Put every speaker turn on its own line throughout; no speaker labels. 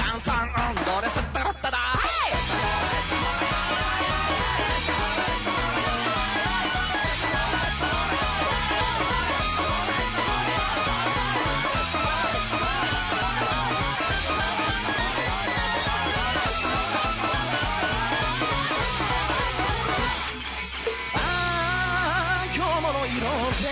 ンサンオンドレスタラッタラあー今日もの色で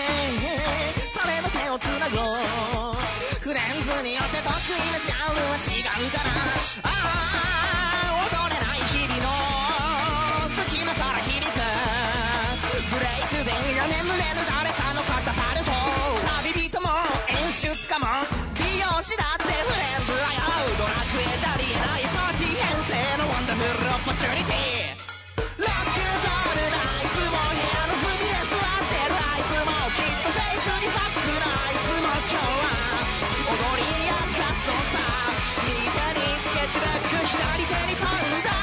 それの手をつなごうフレンズによって得意なジャンルは違うからあー踊れない日々の隙間から響くブレイクベンが眠れる誰かの肩パルト旅人も演出家も美容師だってフレンズだよドラクエじゃありえないパーティー編成のワンダフルオポチュニティ「ラックボールだいつも部屋の隅で座ってるあいつもきっとフェイスブックで見てるあいつも」「今日は踊りやカストさ」「右手にスケッチブック左手にパウダー」「だか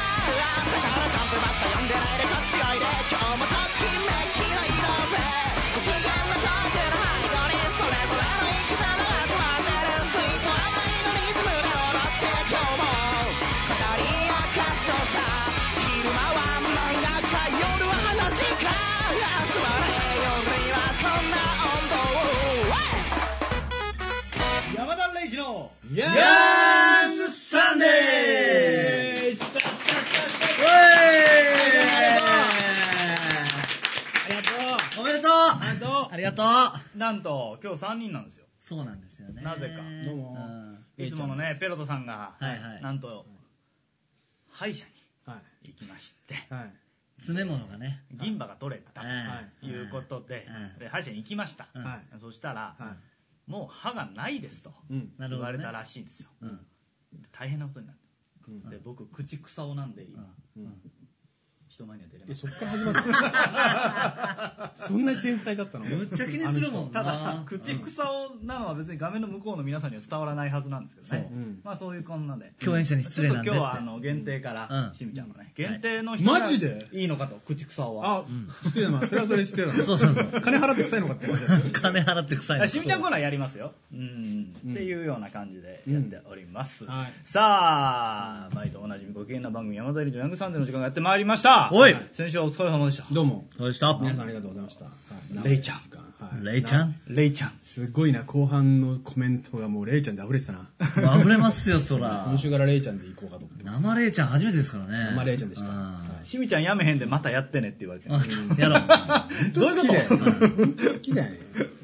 らジャンプバッタ読んでないでこっちおいで」「今日もときめきの移動ぜ」「ご機嫌なトークの背後にそれぞれの生き様が集まってる」「スイート甘いのリズムで踊って今日も」語り明かすとさ昼間は漫画か夜は話かすまねえ夜にはこんな温度を Hey!
山田レイジの
ヤングサンデー
イスタスタスタス
ウェーイ
ありがと
おめでとう
ありがとう
ありがとう
うなんと今日3人なんですよ
そうなんですよね。
なぜかどうも
ん
いつものねペロトさんが、
はいはい
なんと歯医者
は
に行きまして
い。はい。
詰め物がね。
銀歯が取れた
は
ということで,、
うん
で歯医者に行きました、
うん
は
そしたら、
は
もう歯がないですと
い。うん。
なる
言
ほ
わ
どね
れたらしいんですよ、
うん
で大変なことになって、
うん
で僕口草をなんで今、
うん。
人前には出れま
で、
せん
そっから始まったの。そんな繊細だったの
むっちゃ気にするもん
た
な
だ。口
うん
草をなのは別に画面の向こうの皆さんには伝わらないはずなんですけどね
そう
うん
まあそういうこんなで
共演者に失礼なんでって
ちょっと今日はあの限定か
う
ら
ん
しみちゃんのね限定の人
はい
が
マジで
いいのかと口草は
あ、失礼な。それはそれ失礼な。
そうそうそう
金払って臭いのかって話だよね
金払って臭いの
しみちゃんコーナーやりますようんっていうような感じでやっております
うんはい
さあ毎度おなじみご機嫌な番組山田理事ヤングサンデーの時間がやってまいりました
おい
先週はお疲れ様でした
どうも。
どうでした
皆さんありがとうございました。はい
レイちゃん。
はい
レイちゃん
レイちゃん
すごいな、後半のコメントがもうレイちゃんで溢れてたな。
溢れますよ、そら
今。週からレイちゃんで行こうかと思 ってます。
生レイちゃん初めてですからね。
生レイちゃんでした
うん
はい
しみちゃんやめへんでまたやってねって言われて
あやろう。
どういうこと
本当好きだよね。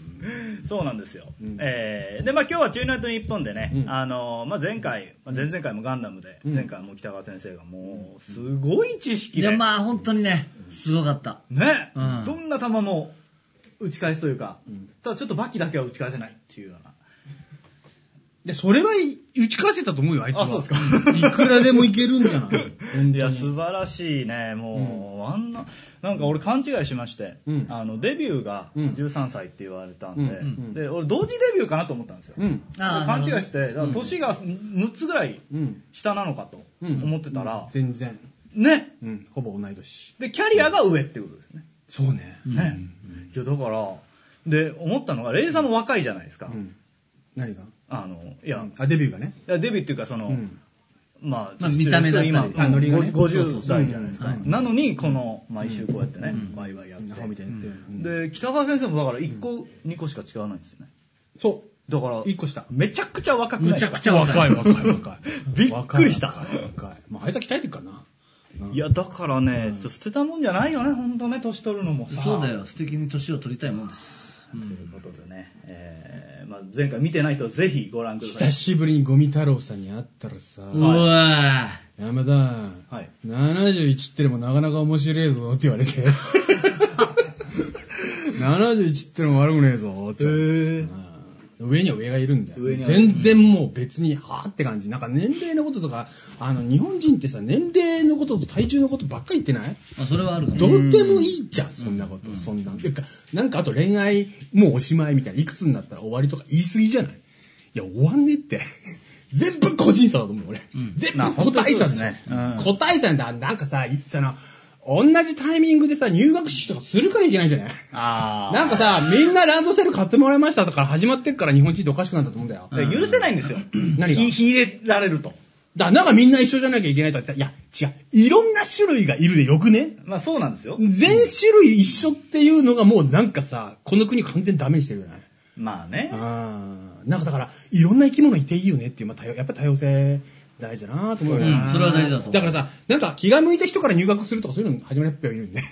そうなんですよ、
うん
えーでまあ、今日は「中ナイト日本でね、
うん
あのまあ、前回、まあ、前々回もガンダムで、
うん
前回も北川先生がもうすごい知識
い
で、
や、まあ本当にね、すごかった。
ね、
うん
どんな球も打ち返すというか、
うん
ただちょっとバキだけは打ち返せないっていうような。
いや、それはい打ち返せたと思うよ、あいつは。
あそうですか
いくらでもいけるんじゃない
いや素晴らしいねもう、あんななんか俺勘違いしまして、
うん
あのデビューが
うん
13歳って言われたんで,、
うんうん
で俺同時デビューかなと思ったんですよ、
うん。
あー
勘違いしてだから年が6つぐらい
うん。
下なのかと思ってたら、
全然。
ね
うん。ほぼ同い年。
でキャリアが上ってことですね。
そうね。
ねいやだからで思ったのがレイジさんも若いじゃないですか、
うん。何が
あのいや,、い
あ、デビューがね。
やデビューっていうかその、
うん
まあ、
まあ
実質
見た目だったり
今
あノリがね
ご
そうそう
50
そう
代じゃないですか、
うん
なのにこの毎週こうやってね、ワイワイやって、
アホみたいにやって。うん
で北川先生もだから1個、2個しか違わないんですよね
そ
だから
う。一個した。
めちゃくちゃ若くない
むち
です
ゃ
か
くちゃ若い。
若い若い。
びっくりした
若い若い。まあ、あいつは鍛えてるからな。うん
いやだからね、ちょっと捨てたもんじゃないよね本当ね年取るのもさ
そうだよ、素敵に年を取りたいもんです。
ということでね、えーまあ、前回見てない人はぜひご覧ください
久しぶりにゴミ太郎さんに会ったらさ、
うわー。
山田、
はい
71ってのもなかなか面白いぞって言われ て。71ってのも悪くねえぞって言われて。
へ
うん上には上がいるんだよ
上。には
全然もう別に、はぁって感じ。なんか年齢のこととか、あの、日本人ってさ、年齢のことと体重のことばっかり言ってない
まあそれはあるかも
どうでもいいじゃん、そんなこと。そんなん。てか、なんかあと恋愛、もうおしまいみたいな、いくつになったら終わりとか言い過ぎじゃないいや、終わんねって。 全部個人差だと思う、俺。全
まあ
部個体差
本当にそう
でし
ですねうん
ょ。個体差なんだ。なんかさ、いその、同じタイミングでさ、入学式とかするからいけないんじゃない
あ
なんかさ、みんなランドセル買ってもらいましたとか始まってっから日本人っておかしくなったと思うんだよ。
許せないんですよ。
何が
ひ、ひ入れられると。
だからなんかみんな一緒じゃなきゃいけないとか言ったら、いや、違う。いろんな種類がいるでよくね
まあそうなんですよ。
全種類一緒っていうのがもうなんかさ、この国完全にダメにしてるじゃない
まあね。
あーなんかだから、いろんな生き物いていいよねっていう、まあ多様、やっぱ多様性大事だなと思うよな、
うんそれは大事だと思う
からさ、なんか気が向いた人から入学するとかそういうの始まりっぺよいるんで。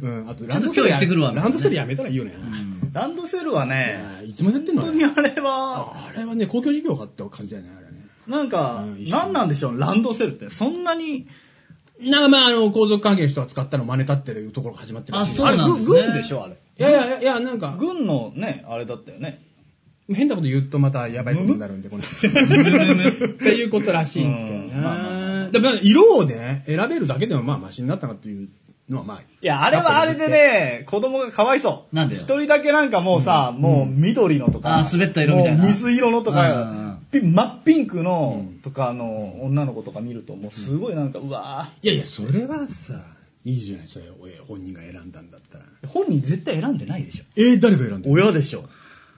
うん。あと、ランドセ
ちょっと今
ル
日行ってくるわ
やランドセルやめたらいいよね。
ランドセルはね、
あーいつまでやってんの
本当にあれ
あ
は、
ーあれはね、公共事業かって感じだよね、あれはね。
なんか
うん、一緒
なんなんでしょう、ランドセルって。そんなに、
なんかまあ、あの、皇族関係の人が使ったの真似たっていうところが始まってるらしいよ
そう
あれ、
なん
ぐ
ですね
軍でしょ、あれ。
いやいやいや、なんか、
軍のね、あれだったよね。
変なこと言うとまたやばいことになるんで、この話。っていうことらしいんですけどね
うんまあまあま。
でも色をね、選べるだけでもまあマシになったなっていうのはまあ。
いや、あれはあれでね、子供がかわいそう。
なんでよ
一人だけなんかもうさ、もう緑のとか、
あー滑った色みたいな
もう水色のと
うんうんう
か
ん、
ピ真っピンクのとかの女の子とか見ると、もうすごいなんか、うわ
いやいや、それはさ、いいじゃない、それ、え本人が選んだんだったら。
ー本人絶対選んでないでしょ。
えー誰が選んだ
親でしょ。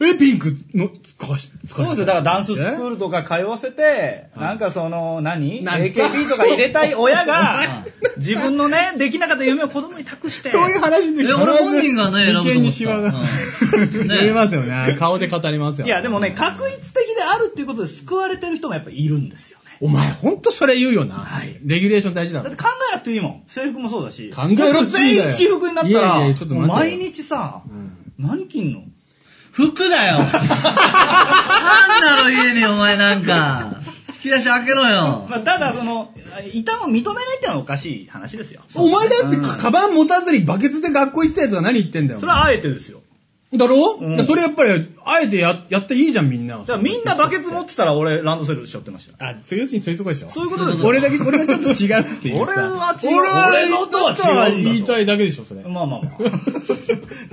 え、ピンクの使わし、
そうですよ。だからダンススクー
ル。
ルとか通わせて、
え
なんかその、何
なんですか
?AKB とか入れたい親が
前、
自分のね、できなかった夢を子供に託して、
そういう話で
え俺本人がね選ぶと思った
意見にシワ
う
が。
んね
言えますよね。顔で語りますよ。
いや、でもね、確率的であるっていうことで救われてる人もやっぱいるんですよね。
お前、ほんとそれ言うよな。
はい
レギュレーション大事だ
だ
ろ
って。考えなくていいもん。制服もそうだし。
考えろっつうんだよ
全員私服になったら、
いやいやちょっと待ってよ
もう毎日さ、
うん
何着んの
服だよなんだろ家にお前なんか。引き出し開けろよ。
まあ、ただ、その、異端を認めないってのはおかしい話ですよ。
お前だってか、カバン持たずにバケツで学校行ってたやつが何言ってんだよ。
それはあえてですよ。
だろ、
うん
だからそれやっぱり、あえてややっていいじゃん、みんな。
だからみんなバケツ持ってたら俺ランドセルしょってました。
あ、そう要するにそういうとこでしょ
そういうことですよ
俺だけ、俺はちょっと違うっていうさ。
俺は違う
俺は、
俺の音は違うんだと
言いたいだけでしょ、それ。
まあまあま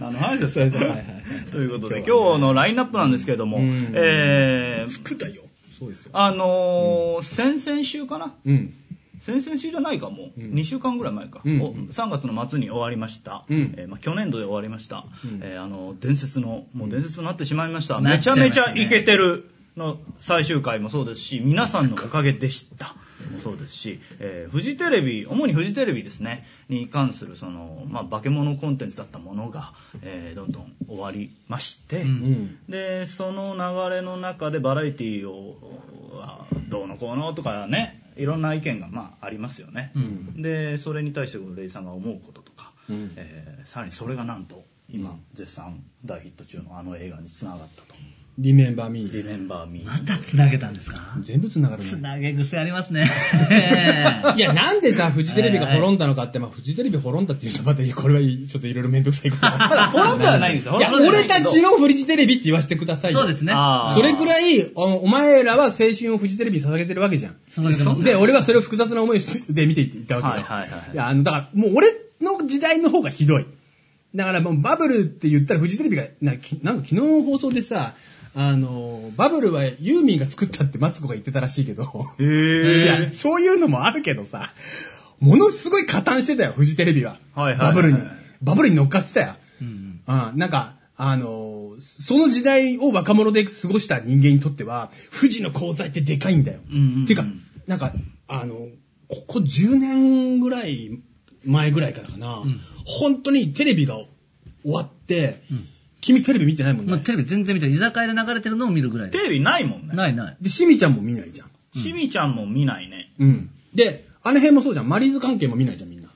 あ。あの話ですよ。
はいはいはい
ということで、今日のラインナップなんですけれども、
うん
えー、
服だよ。そうですよ。
あのー、先々週かな
うん。
先々週じゃないかもう、
うん
2週間ぐらい前か、
うん
お3月の末に終わりました、
うん
えーまあ、去年度で終わりました、
うん
えーあの伝説のもう伝説になってしまいました、
な
め
っ
ち
ちゃ
ゃ
いま
め
し
ち
た
ゃ
ね
イケてるの最終回もそうですし皆さんのおかげでしたもそうですし、えーフジテレビ主にフジテレビですねに関するその、まあ、化け物コンテンツだったものが、えーどんどん終わりまして、
うん
うん。
でその流れの中でバラエティーをあどうのこうのとかねいろんな意見がまあありますよね、
うん
でそれに対してレイさんが思うこととか、
うん
えーさらにそれがなんと
う
今
ん
絶賛大ヒット中のあの映画につながったと
リメンバー
「
ミー。
Remember Me
ま」 た繋げたんですか
全部繋がるね。
繋げ癖ありますね。
いや、なんでさ、フジテレビが滅んだのかって、まあ、フジテレビ滅んだっていうとまた、これはちょっといろいろめんどくさいこ と。
まだ滅んではないんですよ
いや、
滅んでは
俺
ないけ
た
ど
ちのフジテレビって言わせてくださいよ。
そうですね。
あー
それくらい、おお前らは青春をフジテレビに捧げてるわけじゃん。
注げてます
で、俺はそれを複雑な思いで見ていったわけよ。
はいはいはい
や、あの、だから、もう俺の時代の方がひどい。だからもうバブルって言ったらフジテレビが、なきなんか昨日の放送でさ、あの、バブルはユーミンが作ったってマツコが言ってたらしいけど、
へー
いや、そういうのもあるけどさ、ものすごい加担してたよ、フジテレビは。
はいはいはいはい
バブルに。バブルに乗っかってたよ。
うん
うん、なんか、あのーその時代を若者で過ごした人間にとっては、富士の功罪ってでかいんだよ。
うんうんうん
っていうか、なんか、あの、ここ10年ぐらい前ぐらいからかな、
うん
本当にテレビが終わって、
うん
君テレビ見てないもんね。
まあ、テレビ全然見てない居酒屋で流れてるのを見るぐらい
テ。レビないもんね
ないない。
で、しみちゃんも見ないじゃん。
しみちゃんも見ないね
うん。で、あの辺もそうじゃん。マリーズ関係も見ないじゃん、みんな。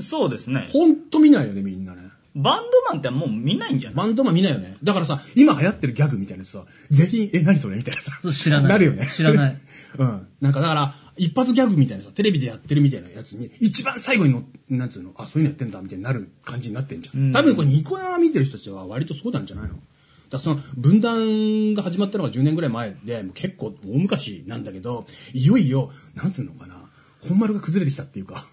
そうですね
ほんと見ないよね、みんなね。
バンドマンってもう見ないんじゃない
バンドマン見ないよね。だからさ、今流行ってるギャグみたいなやつさ、全員、え、何それみたいなさ。
そう知らない
なるよね。
知らない。
うん。なんかだから、一発ギャグみたいなさ、テレビでやってるみたいなやつに、一番最後にの、なんつうの、あ、そういうのやってんだ、みたいになる感じになってんじゃん。
うん
多分これニコ生見てる人たちは割とそうなんじゃないのだからその分断が始まったのが10年ぐらい前で、もう結構大昔なんだけど、いよいよ、なんつうのかな、本丸が崩れてきたっていうか、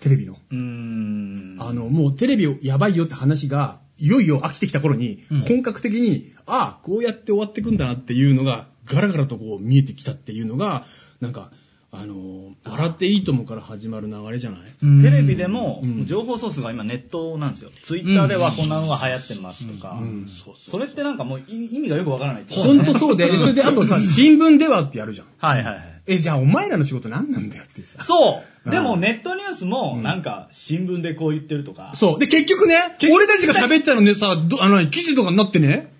テレビの。
うーん
あの、もうテレビやばいよって話が、いよいよ飽きてきた頃に
うん、
本格的に、ああ、こうやって終わってくんだなっていうのが、ガラガラとこう見えてきたっていうのが、なんか、あのー、笑っていいともから始まる流れじゃない
テレビでも
うん
情報ソースが今ネットなんですよ。ツイッターではこんなのが流行ってますとか、
うん、そう
それってなんかもう意意味がよくわからない。
ほんとそうで、それであとさ、新聞ではってやるじゃん。
はいはいはい。
え、じゃあお前らの仕事何なんだよっていうさ。
そう。で
う
も
ん
ネットニュースも、
ん
なんか、新聞でこう言ってるとか。
そう。で、結局ね、俺たちが喋ったのね、さ、どあの、記事とかになってね、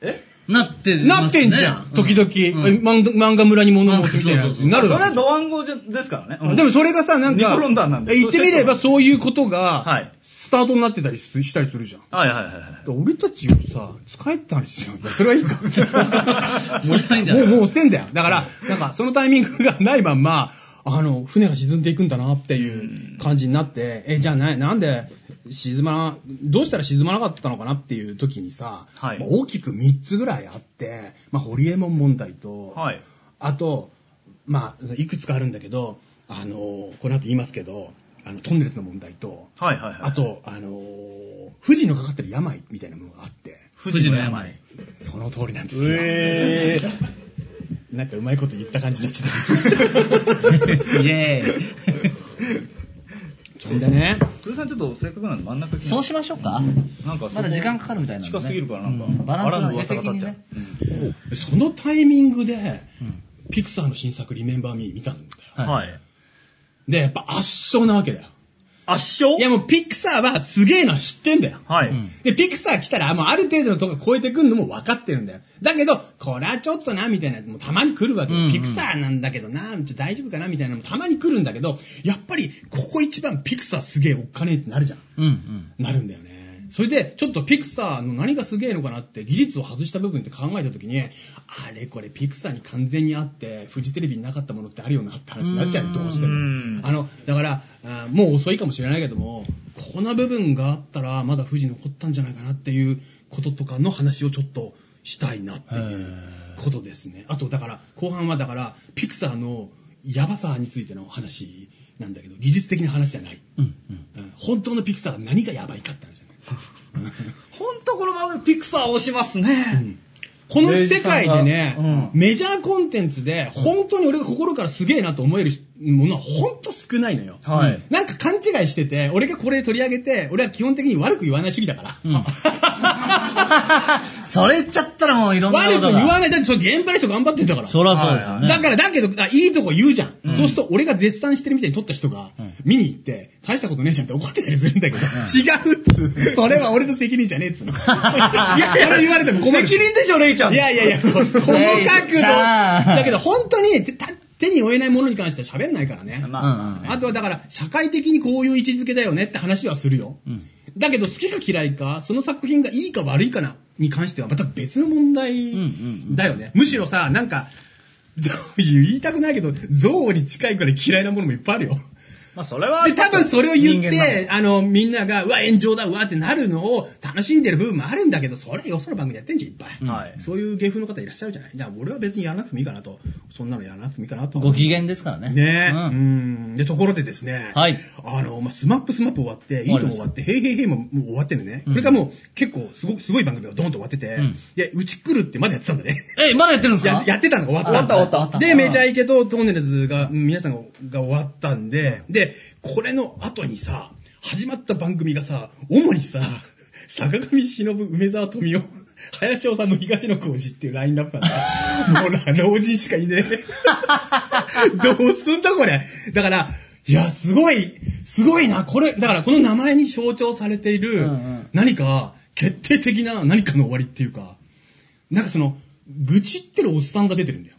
え
なってますね
なってんじゃん。時々、
う
え
ん
漫画漫画村に物を持ってみたいなやつにな
そ
る
れ
わけ
はドワンゴじゃですからね。うん
でもそれがさ、なん
ニコ
か、
ロンダーなんで
え言ってみればそういうこと
は
が
い、
スタートになってたりすしたりするじゃん。
はいはいはいはい。
だから俺たちをさ、使えたりしちゃうんだよ。それはいいか。
もったいないんじゃない
もう、もう捨てんだよ。だから、なんか、そのタイミングがないまんま、あの、船が沈んでいくんだなっていう感じになって、え、じゃあな、なんで、沈まな、どうしたら沈まなかったのかなっていう時にさ、
はい
まあ大きく3つぐらいあって、まあ、ホリエモン問題と、
はい。
あと、まあ、いくつかあるんだけど、あの、この後言いますけど、あの、トンネルズの問題と、
はいはいはい。
あ、と、あのー、富士のかかってる病みたいなものがあって、
富士の病。
その通りなんですよ。
えー。
なんかうまいこと言った感じになっちゃっ
イエーイ。
た。そんでね、
ふうさんちょっとせっかくなんで真ん中来て
そうしましょうか。
なんかそこ
まだ時間かかるみたいなんでね
近すぎるからなんか、
うんバランスが
の噂が立っちゃう
ね
そのタイミングで、
うん
ピクサーの新作、リメンバーミー見たんだよ。
うん
は。
はいい。
で、やっぱ圧勝なわけだよ。
圧勝
いやもうピクサーはすげえのは知ってんだよ。
はい、
うん
で、ピクサー来たら、もうある程度のとこ超えてくんのも分かってるんだよ。だけど、これはちょっとな、みたいな、もうたまに来るわけよ。
うんうん
ピクサーなんだけどな、ちょっと大丈夫かな、みたいなのもたまに来るんだけど、やっぱり、ここ一番ピクサーすげえおっかねえってなるじゃん。
うんうん。
なるんだよね。それで、ちょっとピクサーの何がすげえのかなって、技術を外した部分って考えたときに、あれこれピクサーに完全にあって、フジテレビになかったものってあるよなって話になっちゃうよ、どうして
う
も
ん。
あの、だから、あーもう遅いかもしれないけども、こんな部分があったら、まだフジ残ったんじゃないかなっていうこととかの話をちょっとしたいなっていうことですね。あと、だから、後半はだから、ピクサーのヤバさについての話なんだけど、技術的な話じゃない。
うんうん。
うん本当のピクサーが何がやばいかって話じゃない。
ほんとこの番組ピクサー押しますね。
この世
レイ
界で
ジさん
ね
が、
メジャーコンテンツで、本当に俺が心からすげえなと思えるものは本当少ないのよ。
はい
なんか勘違いしてて、俺がこれ取り上げて、俺は基本的に悪く言わない主義 だから。
うんそれ言っちゃったらもういろんなこ
悪
とが。
く言わない。だってそれ現場の人頑張ってんだから。
そらそうですよね。
だから、だけど、あいいとこ言うじゃん,、
ん
そうすると、俺が絶賛してるみたいに撮った人が
うん、
見に行って、大したことねえじゃんって怒ってたりするんだけど、違うっつう。それは俺の責任じゃねえっつう の。いや、それ言われても困る。
責任でしょ、レイちゃん。
いやいやいや、ここの角度。
レイちゃん
だけど、本当に手た手に負えないものに関しては喋んないからね。
ま
うんうん。
あとはだから、社会的にこういう位置づけだよねって話はするよ。
うん
だけど、好きか嫌いか、その作品がいいか悪いかな、に関してはまた別の問題
うんうん
だよね。むしろさ、なんか、ゾウ言いたくないけど、憎悪に近いくらい嫌いなものもいっぱいあるよ。
まあ、それは。
で、多分それを言っ
人間なの
て、あの、みんなが、うわ、炎上だ、うわってなるのを楽しんでる部分もあるんだけど、それはよその番組やってんじゃん、いっぱい。
はい
そういう芸風の方いらっしゃるじゃない。じゃあ、俺は別にやらなくてもいいかなと。そんなのやらなくてもいいかなと。
ご機嫌ですからね。
ねえ、
う。
うんん。で、ところでですね、
はい
あの、まあ、スマップスマップ終わって、いいとも終わって、へいへいへいももう終わってるね。
うん
これがもう結構すごく、すごい番組がドーンと終わってて、
うん
で、うち来るってまだやってたんだね。
え、まだやってるんです
や
か
やってたのが終わった。
終わった終わった終わった
で、メジャー行けとトンネルズが、うん皆さんがが終わったんで、で、これの後にさ、始まった番組がさ、主にさ、 坂上忍、梅沢富美男、 林修東野浩二っていうラインナップなん だ。もうな老人しかいねえ。 どうすんだこれ。だから、いや、すごい、すごいな。これ、だからこの名前に象徴されている、
うんうん
何か、決定的な何かの終わりっていうか、なんかその、愚痴ってるおっさんが出てるんだよ。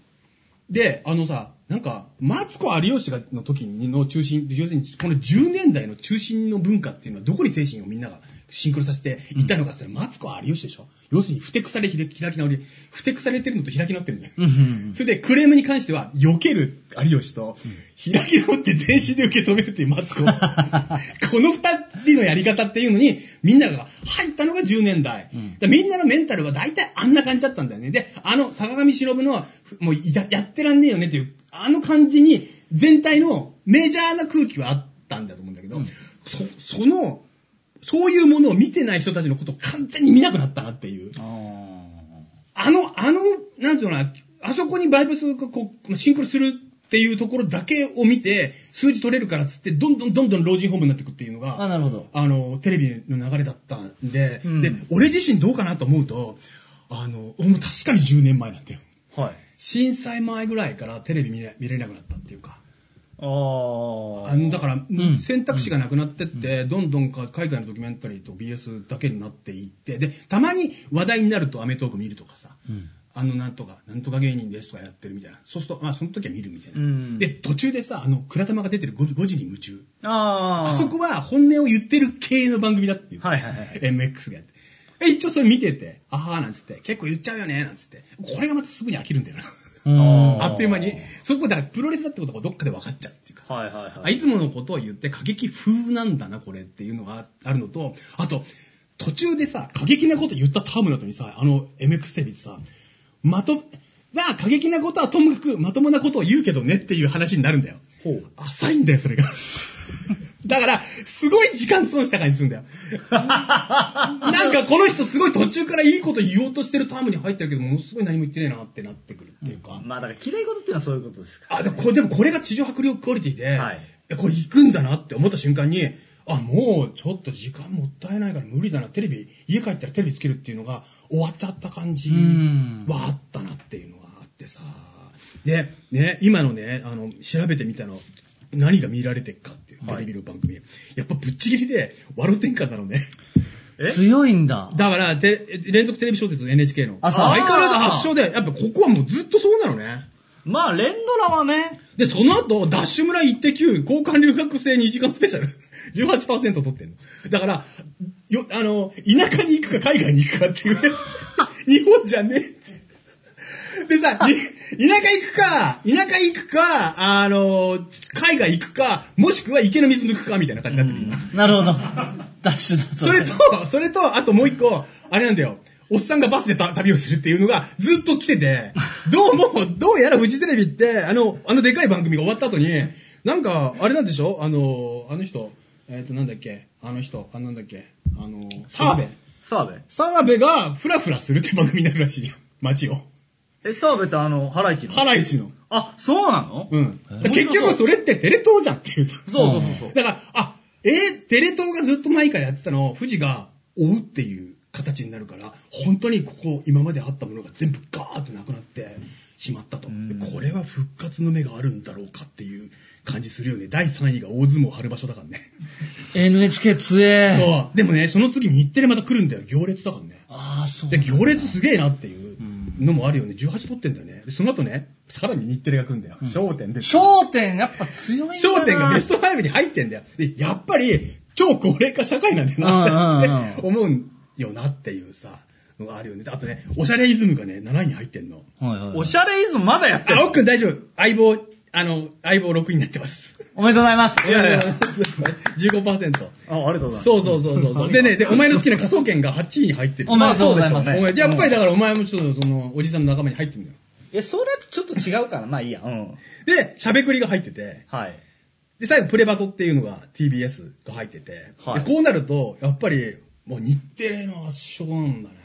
で、あのさ、なんか、マツコ有吉がの時の中心、要するにこの10年代の中心の文化っていうのはどこに精神をみんながシンクロさせていったのかって言ったら、マツコ有吉でしょ要するに、ふてくされひれ開き直り、ふてくされてるのと開き直ってるんだよ。
うんうん
それで、クレームに関しては、避ける有吉と、開き直って全身で受け止めるっていうマ ツコ。この二人のやり方っていうのに、みんなが入ったのが10年代。
うん
だからみんなのメンタルは大体あんな感じだったんだよね。で、あの、坂上忍の、もういややってらんねえよねっていう、あの感じに、全体のメジャーな空気はあったんだと思うんだけど、
うん
そその、そういうものを見てない人たちのことを完全に見なくなったなっていう。
あ
あの、あの、なんていうのかな、あそこにバイブスがこう、シンクロするっていうところだけを見て、数字取れるからっつって、どんどんどんどん老人ホームになっていくっていうの
ーあ、
が、
なるほど。
あの、テレビの流れだったんで、
うん
で、俺自身どうかなと思うと、あの、俺も確かに10年前なんだよ。
はい。
震災前ぐらいからテレビ見れ見れなくなったっていうか。
あ
あのだから、
ん
選択肢がなくなってって、どんどんか海外のドキュメンタリーと BS だけになっていってでたまに話題になると『アメトーーク』見るとかさ、
うん
あのなんとかなんとか芸人ですとかやってるみたいなそうすると、まあ、その時は見るみたいなさ、
うん
で途中でさあの倉玉が出てる 5, 時に夢中
あ
あ
あ
そこは本音を言ってる系の番組だっていう、
はいはいはい。
MX がやってえ一応それ見ててあはーなんつって結構言っちゃうよねなんつってこれがまたすぐに飽きるんだよな
うん
あっという間にそこだからプロレスだってことがどっかで分かっちゃうっていうか
はいはいは
あ
い。
いつものことを言って過激風なんだな、これっていうのがあるのと、あと、途中でさ、過激なこと言ったタームの後にさ、あの MX テレビでさ、まと、まあ過激なことはともかくまともなことを言うけどねっていう話になるんだよ。
ほう
浅いんだよ、それが。 だから、すごい時間損した感じする んだよ。なんかこの人すごい途中からいいこと言おうとしてるタームに入ってるけど、ものすごい何も言ってねえなってなってくるっていうか。
まあだから嫌い事っていうのはそういうことですか。
あでもこれでもこれが地上迫力クオリティで、
はい
やこれ行くんだなって思った瞬間に、あ、もうちょっと時間もったいないから無理だな、テレビ、家帰ったらテレビつけるっていうのが終わっちゃった感じ
うん
はあったなっていうのがあってさ。で、ね、今のね、あの、調べてみたの、何が見られてっかっていう、テレビの番組。やっぱぶっちぎりで、ワロ天下なのね。
え
強いんだ。
だから、て連続テレビ小説 NHK の。
あそう
相変わらず発祥で、やっぱここはもうずっとそうなのね。
まあ連ドラはね、
で、その後、ダッシュ村行って9、交換留学生2時間スペシャル。18%取ってんの。だから、よ、あの、田舎に行くか海外に行くかっていうね。 日本じゃねえって。でさ、に田舎行くか、田舎行くか、あの、海外行くか、もしくは池の水抜くか、みたいな感じになってる、今。
なるほど。ダッシュだ、
それと、それと、あともう一個、あれなんだよ。おっさんがバスでた旅をするっていうのがずっと来て て、どうも、どうやらフジテレビって、あの、あのでかい番組が終わった後に、なんか、あれなんでしょあの、あの人、えっ、と、なんだっけあの人、あなんだっけあの、澤部。
澤部。
澤部がフラフラするって番組になるらしいよ。街を。
え、澤部ってあの、ハライチの。
ハライチの。
あ、そうなの
うん。
え
だから結局それってテレ東じゃんっていうさ。
そうそうそうそう。
だから、あ、えーテレ東がずっと前からやってたのを富士が追うっていう形になるから、本当にここ今まであったものが全部ガーッとなくなってしまったと。
ん
でこれは復活の目があるんだろうかっていう感じするよね。第3位が大相撲春場所だからね。
NHK 強え。
そう。でもね、その次日テレまた来るんだよ。行列だからね。
ああ、そう
で、。行列すげえなっていうのもあるよね。18取ってんだよね。で、その後ね、さらに日テレが来るんだよ。焦点で。
焦点やっぱ強いんだな。
焦点がベスト5に入ってんだよ。で、やっぱり、超高齢化社会なんだよなって
う
思うよなっていうさ、のがあるよね。あとね、おしゃれイズムがね、7位に入ってんの。
はいはいはい
おしゃれイズムまだやって
あ、
る。
奥くん大丈夫。相棒、あの、相棒6位になってます。
おめでとうございます。
いやいや
15%。
あ、ありがとうございます。
そうそうそうそうそう。でね、で、お前の好きな科捜研が8位に入ってる。
おめでとうございます
あそうでしょうねやっぱりだからお前もちょっとその、おじさんの仲間に入ってるんだよ。
え、それとちょっと違うから、まあいいや。うん。
で、しゃべくりが入ってて。
はい。
で、最後、プレバトっていうのが TBS が入ってて、
はい
でこうなると、やっぱり、もう日テレの圧勝なんだね。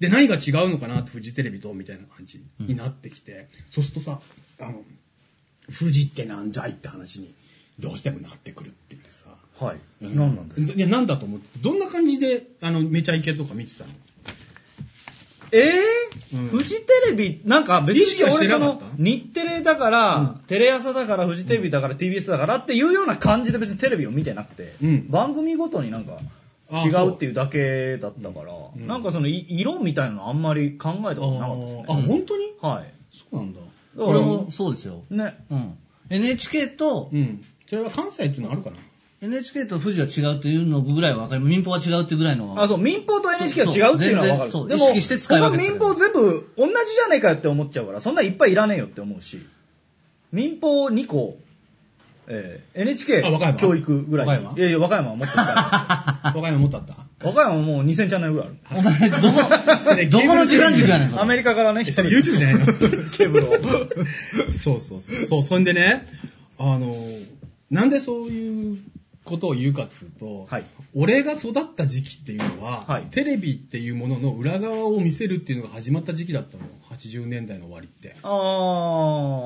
で、何が違うのかなって、フジテレビと、みたいな感じになってきて、そうするとさ、あの、フジってなんじゃいって話に、どうしてもなってくるっていうさ。
はい。
う
何なんですか
いや、なんだと思って、どんな感じで、あの、めちゃイケとか見てたの
えー
うん
フジテレビ、なんか別
意識
に
はして
俺そ
なかった
の、日テレだから、テレ朝だから、フジテレビだから、TBS だからっていうような感じで別にテレビを見てなくて、
うん
番組ごとになんか
あ
違うっていうだけだったから、
うん
なんかそのい色みたいなのあんまり考えたことなかったですね
あ。ーあ、本当に
はい。
そうなんだ。
だか
俺
ら
もそうですよ。
ね。
うん。NHK と、
うん。それは関西っていうのあ るかな
NHK と富士は違うというのぐらいは分かります。民放は違うってぐらいのは。
あ、そう、民放と NHK は違うっていうのは分かる。
そう
でも、
全然そう意識して使い分けてる
他民放全部同じじゃねえかよって思っちゃうから、そんないっぱいいらねえよって思うし、民放2個、えー、NHK
あ和歌山
教育ぐらい。
和歌山
いやいや、和歌山はもっ といっぱいあ
和歌山もっとあった
る和歌山はもう2000チャンネルぐらいある。
お前、どこ、どこの時間軸やねん、そ
アメ
れ。
リカからね、
えそれ YouTube じゃないの
ケー ブルを。
そうそうそう。そう、そんでね、あの、なんでそういうことを言うかっていうと、
はい
俺が育った時期っていうのは、
はい
テレビっていうものの裏側を見せるっていうのが始まった時期だったの。80年代の終わりって。
あ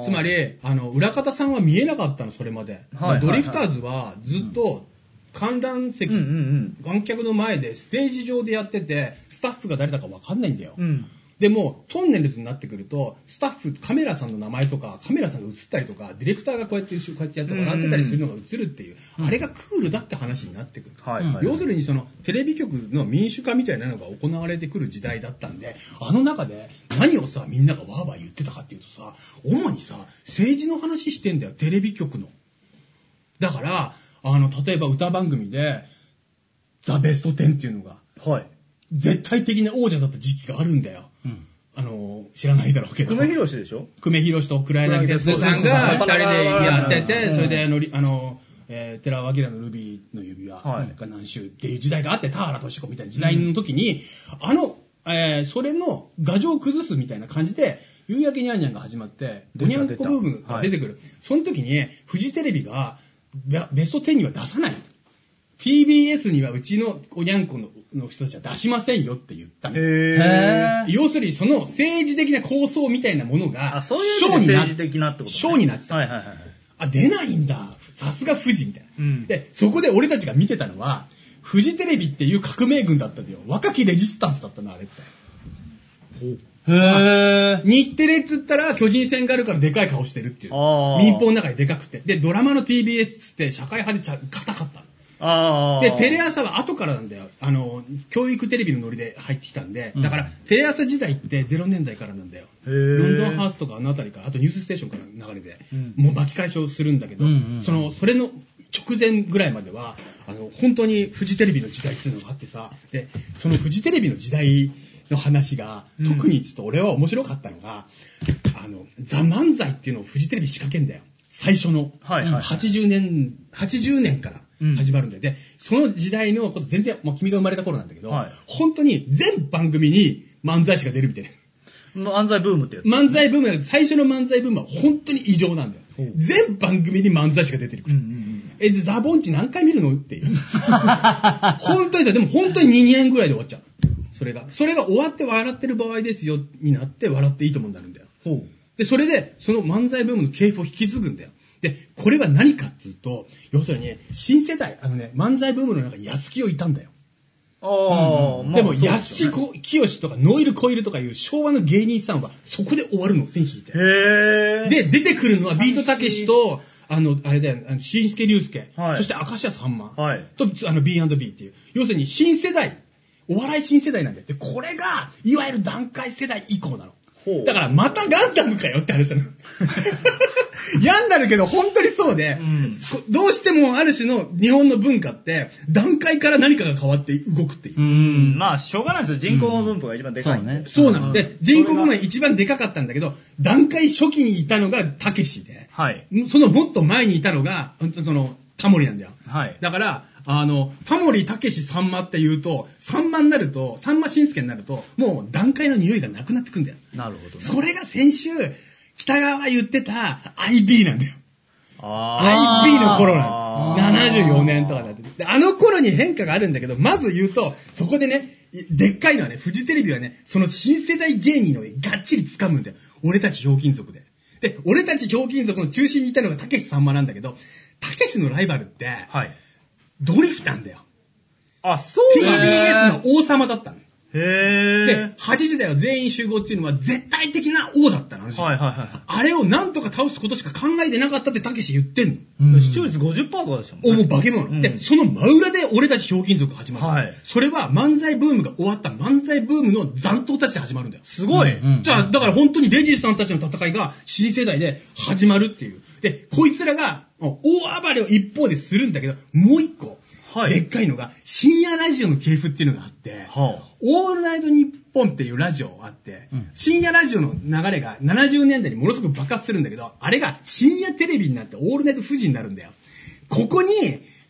ー。
つま、り、あの、裏方さんは見えなかったの、それまで。
はいはいはい
ドリフターズはずっと観覧
うん
席、
うん
観客の前でステージ上でやってて、スタッフが誰だかわかんないんだよ。
うん。うん。
でも、トンネルズになってくると、スタッフ、カメラさんの名前とか、カメラさんが映ったりとか、ディレクターがこうやって、こうやってやって笑ってたりするのが映るっていう、あれがクールだって話になってくる。
はいはいはい
要するに、その、テレビ局の民主化みたいなのが行われてくる時代だったんで、あの中で、何をさ、みんながわーわー言ってたかっていうとさ、主にさ、政治の話してんだよ、テレビ局の。だから、あの、例えば歌番組で、ザ・ベスト10っていうのが、
はい。
絶対的な王者だった時期があるんだよ。
うん。
あの、知らないだろうけど。
久米宏でしょ
久米宏と黒柳徹子さんが二人でやってて、
うん
それであの、りあの、えー、寺尾明のルビーの指輪
はい
が何周っていう時代があって、田原俊子みたいな時代の時に、あの、えー、それの牙城を崩すみたいな感じで、夕焼けにゃんにゃんが始まって、
出た
ごにゃんこブームが出てくる。その時に、フジテレビが、ベベスト10には出さない。TBS にはうちのおにゃんこのの人たちは出しませんよって言ったの。
へ
へー
要するにその政治的な構想みたいなものが、
あ、そういう意
ショー
味
に
で
なっ
政治的なってことね
ショーになってた。
はいはいはいはい。
あ、出ないんだ。さすが富士みたいな、
うん
で、そこで俺たちが見てたのは、富士テレビっていう革命軍だったんだよ。若きレジスタンスだったな、あれって。
へー。
日テレっつったら巨人戦があるからでかい顔してるっていう。
あー
民放の中ででかくて。で、ドラマの TBS っつって社会派でちゃ硬かったの。
ああ。
で、テレ朝は後からなんだよ。あの、教育テレビのノリで入ってきたんで、だから、テレ朝時代って0年代からなんだよ。
へ
ロ
ー
ンドンハースとかあの辺りから、あとニュースステーションから流れで、
うん
もう巻き返しをするんだけど、
うんうん
その、それの直前ぐらいまでは、あの、本当にフジテレビの時代っていうのがあってさ、で、そのフジテレビの時代の話が、特にちょっと俺は面白かったのが、あの、ザ・漫才っていうのをフジテレビ仕掛けんだよ。最初の。
はいはいはい
80年、80年から始まるんだよ。で、その時代のこと全然、もう君が生まれた頃なんだけど、
はい
本当に全番組に漫才師が出るみたいな。
漫才ブームってやつ。
漫才ブームなんだけど最初の漫才ブームは本当に異常なんだ
ほ
よ
う。
全番組に漫才師が出てるから。え、ザ・ボンチ何回見るのっていう。 本当にさ、でも本当に2年ぐらいで終わっちゃう。それが。それが終わって笑ってる場合ですよになって笑っていいともになるんだよ。
ほう。
で、それで、その漫才ブームの系譜を引き継ぐんだよ。で、これは何かっつうと、要するに、新世代、あのね、漫才ブームの中に安清いたんだよ。
ああ、まあ
でも、
そう
安
ですよね
子清とか、ノイル・コイルとかいう昭和の芸人さんは、そこで終わるの、線引いて。
へえ。
で、出てくるのは、ビートたけしと、あの、あれだよ、あの新助竜介、
はい
そして明石家さんま、
はい
と、あの、B&B っていう。要するに、新世代、お笑い新世代なんだよ。で、これが、いわゆる段階世代以降なの。
ほう
だから、またガンダムかよって話なの。 やんだるけど、本当にそうで、
うん
こどうしてもある種の日本の文化って、段階から何かが変わって動くっていう。
うん、まあ、しょうがないですよ。人口分布が一番でかいんで。
うんそうね
そうなの。
う
で、人口部門一番でかかったんだけど、段階初期にいたのがたけしで、
はい。
そのもっと前にいたのが、うんとその、タモリなんだよ。
はい
だから、あの、タモリ、たけし、さんまって言うと、さんまになると、さんましんすけになると、もう段階の匂いがなくなってくんだよ。
なるほどね。
それが先週、北川が言ってた IB なんだよ。
あ
IB の頃
あ
なの。74年とかだって。であの頃に変化があるんだけど、まず言うと、そこでね、いでっかいのはね、フジテレビはね、その新世代芸人をねがっちり掴むんだよ。俺たちひょうきん族で。で、俺たちひょうきん族の中心にいたのがたけしさんまなんだけど、たけしのライバルって、
あ。はい。
ドリフなんだよ。
あ、そうなんだ
TBS の王様だったの。
へ
で
え。、
8時代は全員集合っていうのは絶対的な王だったの、あの時代
はいはいは
あれをなんとか倒すことしか考えてなかったってたけし言ってんの。
い。視聴率50%とかでしたもん
おも
ね。
う化け物、
うん
で、その真裏で俺たちひょうきん族が始まる。
はい
それは漫才ブームが終わった漫才ブームの残党たちで始まるんだよ。
すごい。
うん
じゃあ、だから本当にレジスタンたちの戦いが新世代で始まるっていう。で、こいつらがお大暴れを一方でするんだけど、もう一個、
はい
でっかいのが深夜ラジオの系譜っていうのがあって、
はあ
オールナイトニッポンっていうラジオがあって、
うん
深夜ラジオの流れが70年代にものすごく爆発するんだけど、あれが深夜テレビになってオールナイト富士になるんだよ。ここに、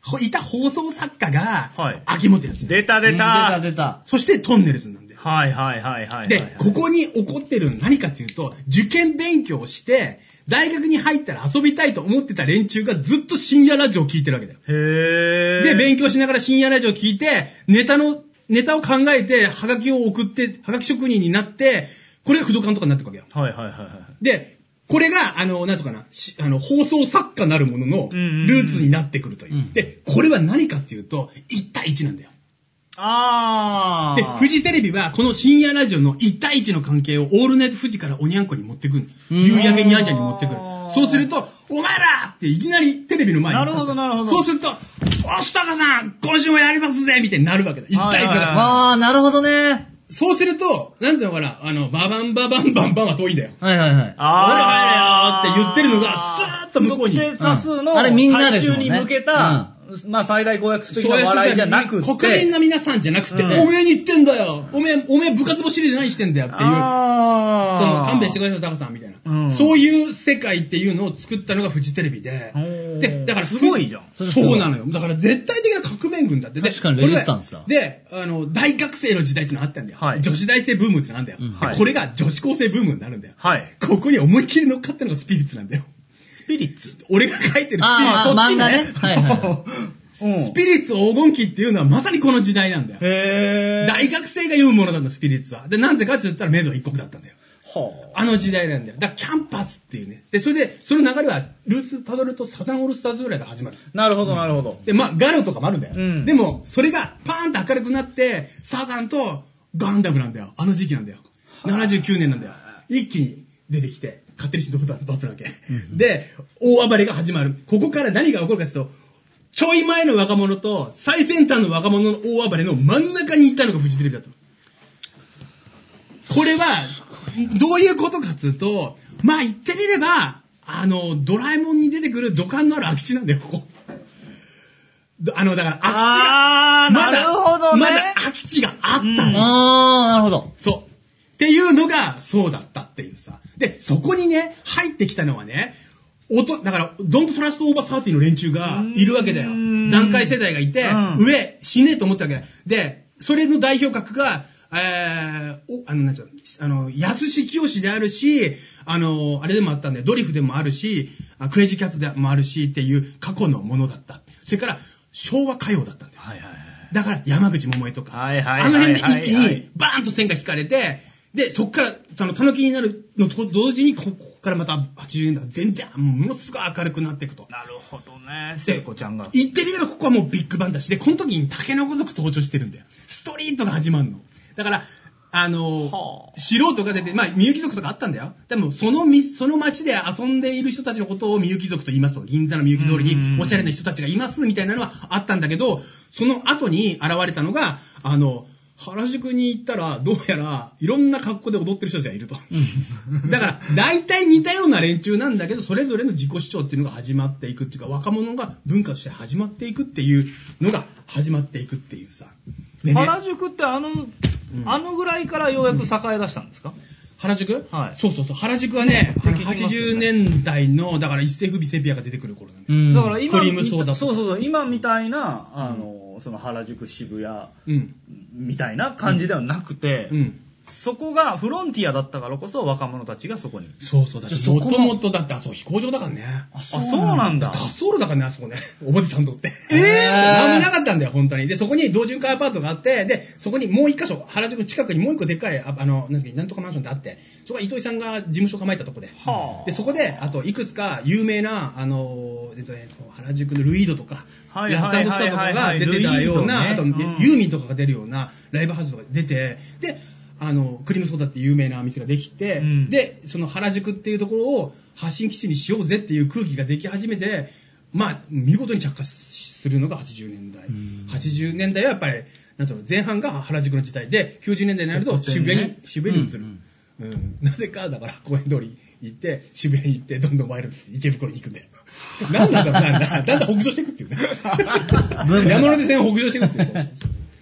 ほいた放送作家が、
はい
秋元康。
出た出
うん
た。
出た出た。
そしてトンネルズなんだよ。
はいはいはいはい。
で、ここに起こってるの何かっていうと、受験勉強をして、大学に入ったら遊びたいと思ってた連中がずっと深夜ラジオを聞いてるわけだよ。
へえ。
で、勉強しながら深夜ラジオを聞いて、ネタの、ネタを考えて、ハガキを送って、ハガキ職人になって、これが不動館とかになってくわけよ。
はいはいはいはい。
で、これが、あの、なんとかな、しあの、放送作家なるものの、
うんうんうん
ルーツになってくるという。
うん
で、これは何かっていうと、1対1なんだよ。
あ
で
あ。、
フジテレビはこの深夜ラジオの1対1の関係をオールナイトフジからおにゃんこに持ってくん。夕焼けにゃんにゃんに持ってくる
あー。
そうすると、お前らっていきなりテレビの前に
なるほどなるほど
そうすると、おし高さん今週もやりますぜみたいになるわけだ。1対
はいはい
1だか
はい
ら。
あー、なるほどね。
そうすると、なんていうのかな、あの、ババンババンバンバンは遠いんだよ。
はいはいはい。
あ
俺入れよって言ってるのがスーッと向こうに
特定多数の
うんあれみんな
大
ですも
衆
んね
に向けた、まあ最大公約数的な笑いじゃなくて。
国民の皆さんじゃなくて、
うん
おめえに言ってんだよおめえ、おめえ部活も知りで何してんだよっていう、
あー
その勘弁してくださいよ、タカさんみたいな、
うん
そういう世界っていうのを作ったのがフジテレビで
お。ー
で、だから
すごいじゃん
そ
そ
れすごいう
なのよ。だから絶対的な革命軍だって。で
確かにレジスタンスだ
これで、あの、大学生の時代っていうのあったんだよ。
はい
女子大生ブームっていうのあんだよ、
うん
で
はい
これが女子高生ブームになるんだよ。
はい。
ここに思いっきり乗っかったのがスピリッツなんだよ。
スピリッツ。
俺が書いてるスピリッ
あ
ツ
ー、
そっ
漫
ち
画ね。はいはいはい。
うん
スピリッツ黄金期っていうのはまさにこの時代なんだよ。
へぇー。
大学生が読むものなんだ、スピリッツは。で、なんでかって言ったらメゾン一国だったんだよ。
は
あの時代なんだよ。だからキャンパスっていうね。で、それで、その流れは、ルーツ辿るとサザンオールスターズぐらいが始まる。
あなるほど、なるほど。
で、まあ、ガロとかもあるんだよ。
うん
でも、それがパーンと明るくなって、サザンとガンダムなんだよ。あの時期なんだよ。79年なんだよ。一気に出てきて、勝手にドバッとなわけ。で、大暴れが始まる。ここから何が起こるかというと、ちょい前の若者と最先端の若者の大暴れの真ん中にいたのがフジテレビだったの。これは、どういうことかっていうと、まあ言ってみれば、あの、ドラえもんに出てくる土管のある空き地なんだよ、ここ。どあの、だから空き地が、
あー、
ま
なるほど
だ、
ね。
まだ空き地があったの
うん
あー、なるほど。
そう。っていうのが、そうだったっていうさ。で、そこにね、入ってきたのはね、音、だから、ドントトラストオーバーサーティの連中がいるわけだよ
うーん。
段階世代がいて、
うん
上、死ねえと思ったわけだよ。で、それの代表格が、えー、お、あの、なんちゃうの、あの、安志清であるし、あの、あれでもあったんだよ、ドリフでもあるし、あクレイジーキャッツでもあるしっていう過去のものだった。それから、昭和歌謡だったんだよ。
はいはいはい。
だから山口百恵とか、
はいはい
あの辺で
はい
一気
はい
にバーンと線が引かれて、で、そっから、その、たぬきになるのと同時に、こここからまた80年代、全然、ものすごい明るくなっていくと。
なるほどね。
で
聖子ちゃんが。
言ってみればここはもうビッグバンだし、で、この時に竹の子族登場してるんだよ。ストリートが始まるの。だから、あのー
はあ
素人が出て、まあ、みゆき族とかあったんだよ。でも、そのみ、その街で遊んでいる人たちのことをみゆき族と言いますと、銀座のみゆき通り
うんうんうん
におしゃれな人たちがいます、みたいなのはあったんだけど、その後に現れたのが、あの、原宿に行ったら、どうやら、いろんな格好で踊ってる人たちがいると。 だから、大体似たような連中なんだけど、それぞれの自己主張っていうのが始まっていくっていうか、若者が文化として始まっていくっていうのが始まっていくっていうさ。でね
原宿ってあの、あのぐらいからようやく栄え出したんですか
原宿
はい
そうそうそう。原宿はね、
よく聞きますよね
80年代の、だから一世不備セピアが出てくる頃なんだよ
うん。
だから今
クリームソーダとか
そうそうそう今みたいなあの、その原宿渋谷
うん。
みたいな感じではなくて、
うん。
そこがフロンティアだったからこそ若者たちがそこに
そうそう。だって、
じゃあ
も
そことも
もとだって、あそこ飛行場だからね。
あそうなんだ
滑走路だからね、あそこね。 おばさんとって。
えー
なんもなかったんだよ、本当に。で、そこに同潤会アパートがあって、で、そこにもう一箇所、原宿の近くにもう一個でっかい、ああの、なんていうかなんとかマンションであって、そこは糸井さんが事務所構えたとこで。
はあ
で、そこで、あと、いくつか有名な、あの、えっとね、原宿のルイードとか、
はい
ラッツスターとかが出てたような、
はいはいはいはい
あと、
ルイードねうん
ユーミンとかが出るようなライブハウスとか出て、で、あの、クリームソーダって有名な店ができて、
うん
で、その原宿っていうところを発信基地にしようぜっていう空気ができ始めて、まあ、見事に着火するのが80年代。
ん
80年代はやっぱり、なんていうの、前半が原宿の時代で、90年代になると渋谷に、渋谷に移る。
う
うんんなぜか、だから公園通り行って、渋谷に行って、どんどんワイルドに池袋に行くんだよ。なんだろうなんだ、だんだん北上していくっていうね。山手線を北上していくっていうそうそう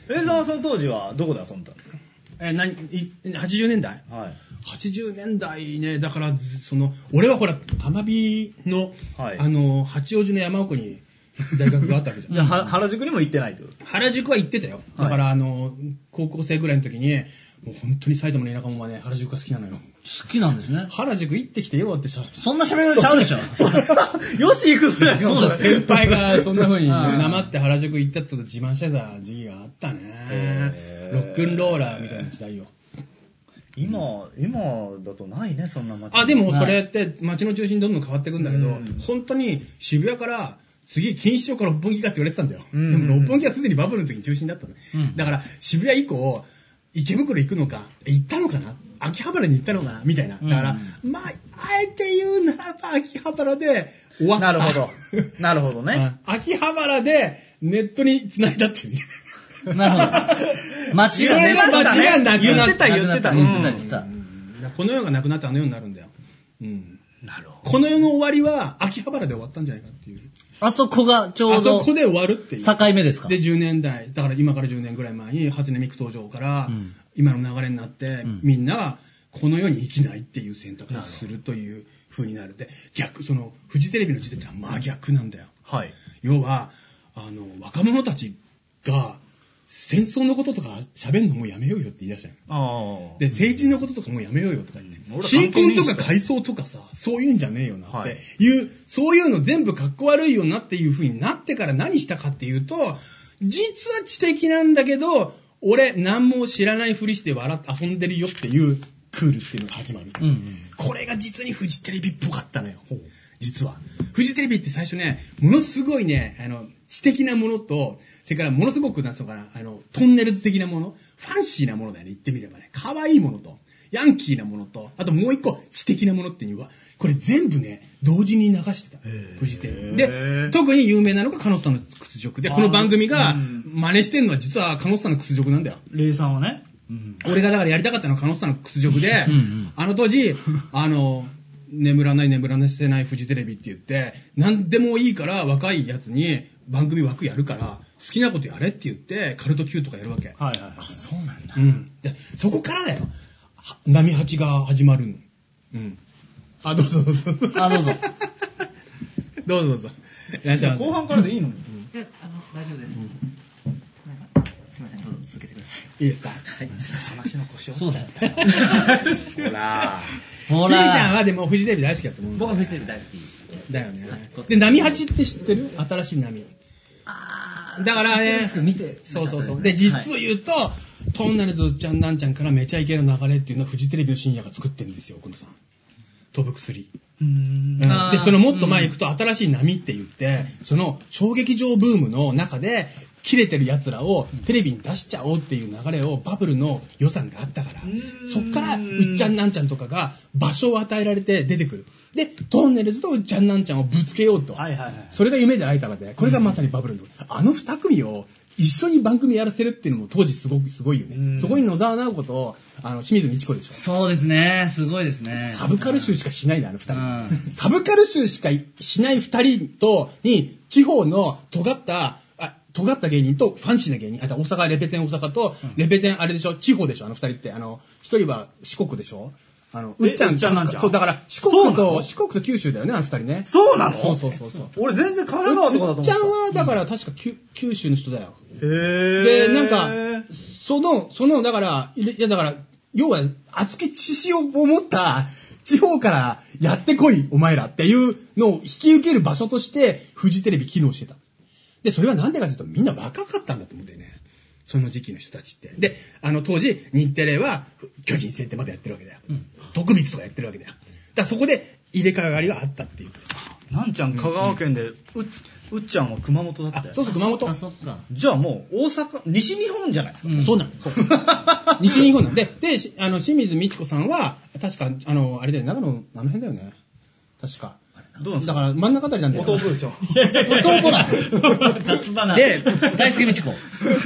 そう。
江沢さん当時はどこで遊んでたんですか
えー、何、い80年代
はい
80年代ね、だから、ずその、俺はほら、浜辺の、
はい
あの、八王子の山奥に大学があったわけじゃ ん。
じゃあは原宿にも行ってないってこと
原宿は行ってたよ。だから、あの、高校生ぐらいの時に、もう本当に埼玉の田舎者はね、原宿が好きなのよ。
好きなんですね。
原宿行ってきてよってさ、
そんな喋り方ちゃうでしょ。
よし行くすら
そうです
先輩がそんな風 に、
はい
なまって原宿行ったってこと自慢してた時期があったね
へ。ー
ロックンローラーみたいな時代よ。
今今だとないねそんな街
あ、でも
はい
それって街の中心どんどん変わっていくんだけど、
うん
本当に渋谷から、次、錦糸町か六本木かって言われてたんだよ。
うんうんうん
でも六本木はすでにバブルの時に中心だったの、
うん
だから、渋谷以降、池袋行くのか、行ったのかな秋葉原に行ったのかなみたいな。だから、まあ、あえて言うならば秋葉原で終わった。
なる ほ ど。なるほどね。
あ秋葉原でネットに繋いだっていう。
なるほど。街が出ました
いろいろ街が
ね。
なく
言
な
ってた、言ってた。
言ってた、言ってた。
この世がなくなってあの世になるんだよ。うん。
なるほ
この世の終わりは秋葉原で終わったんじゃないかっていう。
あそこがちょ
あ
う
そ
ど
こ
境
で終わるっていう。
目ですか
で、10年代、だから今から10年ぐらい前に、初音ミク登場から
うん、
今の流れになって、
うん
みんながこの世に生きないっていう選択をするという風になる。で、逆、その、フジテレビの時代ってのは真逆なんだよ。
ど。はい。
要は、あの、若者たちが、戦争のこととか喋るのもうやめようよって言い出したの。
ああ。
で、政治のこととかもうやめようよとか言って
うん、俺ら
貧
関係ねえ
困と
っす
か
よ
階層とかさ、そういうんじゃねえよなっ
は
て
い
いう、そういうの全部かっこ悪いよなっていう風になってから何したかっていうと、実は知的なんだけど、俺何も知らないふりして笑って遊んでるよっていうクールっていうのが始まる。
うんうん。
これが実にフジテレビっぽかったのよ。実は。フジテレビって最初ね、ものすごいね、あの、知的なものと、それからものすごく、なんつうのかな、あの、トンネルズ的なもの、ファンシーなものだよね、言ってみればね。可愛いものと、ヤンキーなものと、あともう一個、知的なものっていうのは、これ全部ね、同時に流してた。
へー
フジテレビ。で、特に有名なのが、カノさんの屈辱で、この番組
あ
が
ーうん、
真似してんのは実はカノさんの屈辱なんだよ。
レイさんはね。うん。
俺がだからやりたかったのはカノスさんの屈辱で、
うんうん
あの 当時、あの、眠らない眠らせないフジテレビって言って、何でもいいから若いやつに番組枠やるから、好きなことやれって言って、カルト Q とかやるわけ。
はいはいはい。
そうなんだ。
うん。で、そこからだよ。は波八が始まるの。うん。あ、どうぞどうぞ。
あ、どうぞ。
どうぞどうぞ。いらっしゃいませ。
後半からでいいのに。
いや、あの、大丈夫です。なんか、すいません、どうぞ続けてください。
いいですか
はい、すいません。話の腰
そうだよ。
ほら。
ほ
ちり
ら。
ちゃんはでもフジテレビ大好きだと思う。
僕はフジテレビ大好き。
だよね
はい。
で、波八って知ってる新しい波。
あ
だからね、
見て。
そうそうそう。で、実を言うと、トンネルズうっちゃんなんちゃんからめちゃイケの流れっていうのはフジテレビの深夜が作ってるんですよ、奥野さん。飛ぶ薬。
うん。
うんで、そのもっと前行くと新しい波って言って、その衝撃場ブームの中で、切れてる奴らをテレビに出しちゃおうっていう流れをバブルの予算があったから
ん、
そっからうっちゃんなんちゃんとかが場所を与えられて出てくる。で、トンネルズとうっちゃんなんちゃんをぶつけようと。
はいはいはい。
それが夢で会えたので、これがまさにバブルの、あの二組を一緒に番組やらせるっていうのも当時すごくすごいよね。
うん
そこに野沢直子と、あの、清水美智子でしょ。
そうですね。すごいですね。
サブカル集しかしないね、あの二人。
う
サブカル集しかしない二人と、に、地方の尖った、あ、尖った芸人とファンシーな芸人、あと大阪、レペゼン大阪と、レペゼンあれでしょ、地方でしょ、あの二人って。あの、一人は四国でしょあの、
え
うっちゃ
う
ん、
っちゃんなんちゃん
そう、だから、四
そう
国
な
と、
の
四国と九州だよね、あの二人ね。
そうなの
そうそうそうそう。
俺全然神奈川とかだと思っ
うっち
た。
ゃんは、だから確か九九州の人だよ。
へ
で、
ー。
なんか、その、その、だから、いいや、だから、要は、熱き血潮を持った、地方からやってこい、お前らっていうのを引き受ける場所として、フジテレビ機能してた。で、それはなんでかというと、みんな若かったんだと思うんだよね。その時期の人たちって。で、あの当時、日テレは、ふ巨人戦ってまだやってるわけだよ。徳光とかやってるわけだよ。だからそこで、入れ替わりがあったっていう。
なんちゃん香川県で、ううっちゃんは熊本だ
あ
っ、た
そう
よ。
そう、熊本。
あ、そっか。
じゃあもう大阪、西日本じゃないですか。
そうなの。 西日本なんで、で、しあの、清水美智子さんは、確か、あの、あれだよね、長野、あの辺だよね。確か。
どうなんです
だ
か
から、真ん中あたりなんだよ。
弟でしょ。
弟 だ。
立花。
で
大好きみちこ。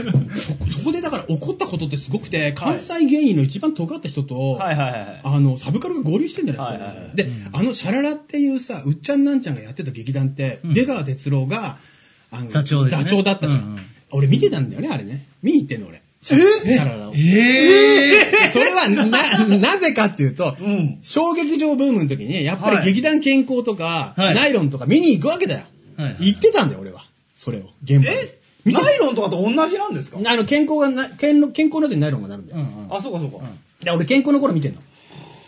そこでだから怒ったことってすごくて、関西芸人の一番尖った人と、
はいはいはいはい。
あの、サブカルが合流してんじゃな
は
い
いはいはい
ですか。で、あの、シャララっていうさ、うっちゃんなんちゃんがやってた劇団って、
うん
出川哲朗が、あの、
座長ですね
座長だったじゃん。
うんうん
俺見てたんだよね、あれね。見に行ってんの、俺。シャシャララを。
ええ
それはな、なぜかっていうと、
うん。
小劇場ブームの時に、やっぱり
はい
劇団健康とか、
はい
ナイロンとか見に行くわけだよ。
はいはい
行ってたんだよ、俺は。それを、現場に
え
見て
ナイロンとかと同じなんですか
あの、健康がな、健康健康の時にナイロンがなるんだ
う
よ。
んうん。
あ、そうかそうか。
だから俺健康の頃見てんの。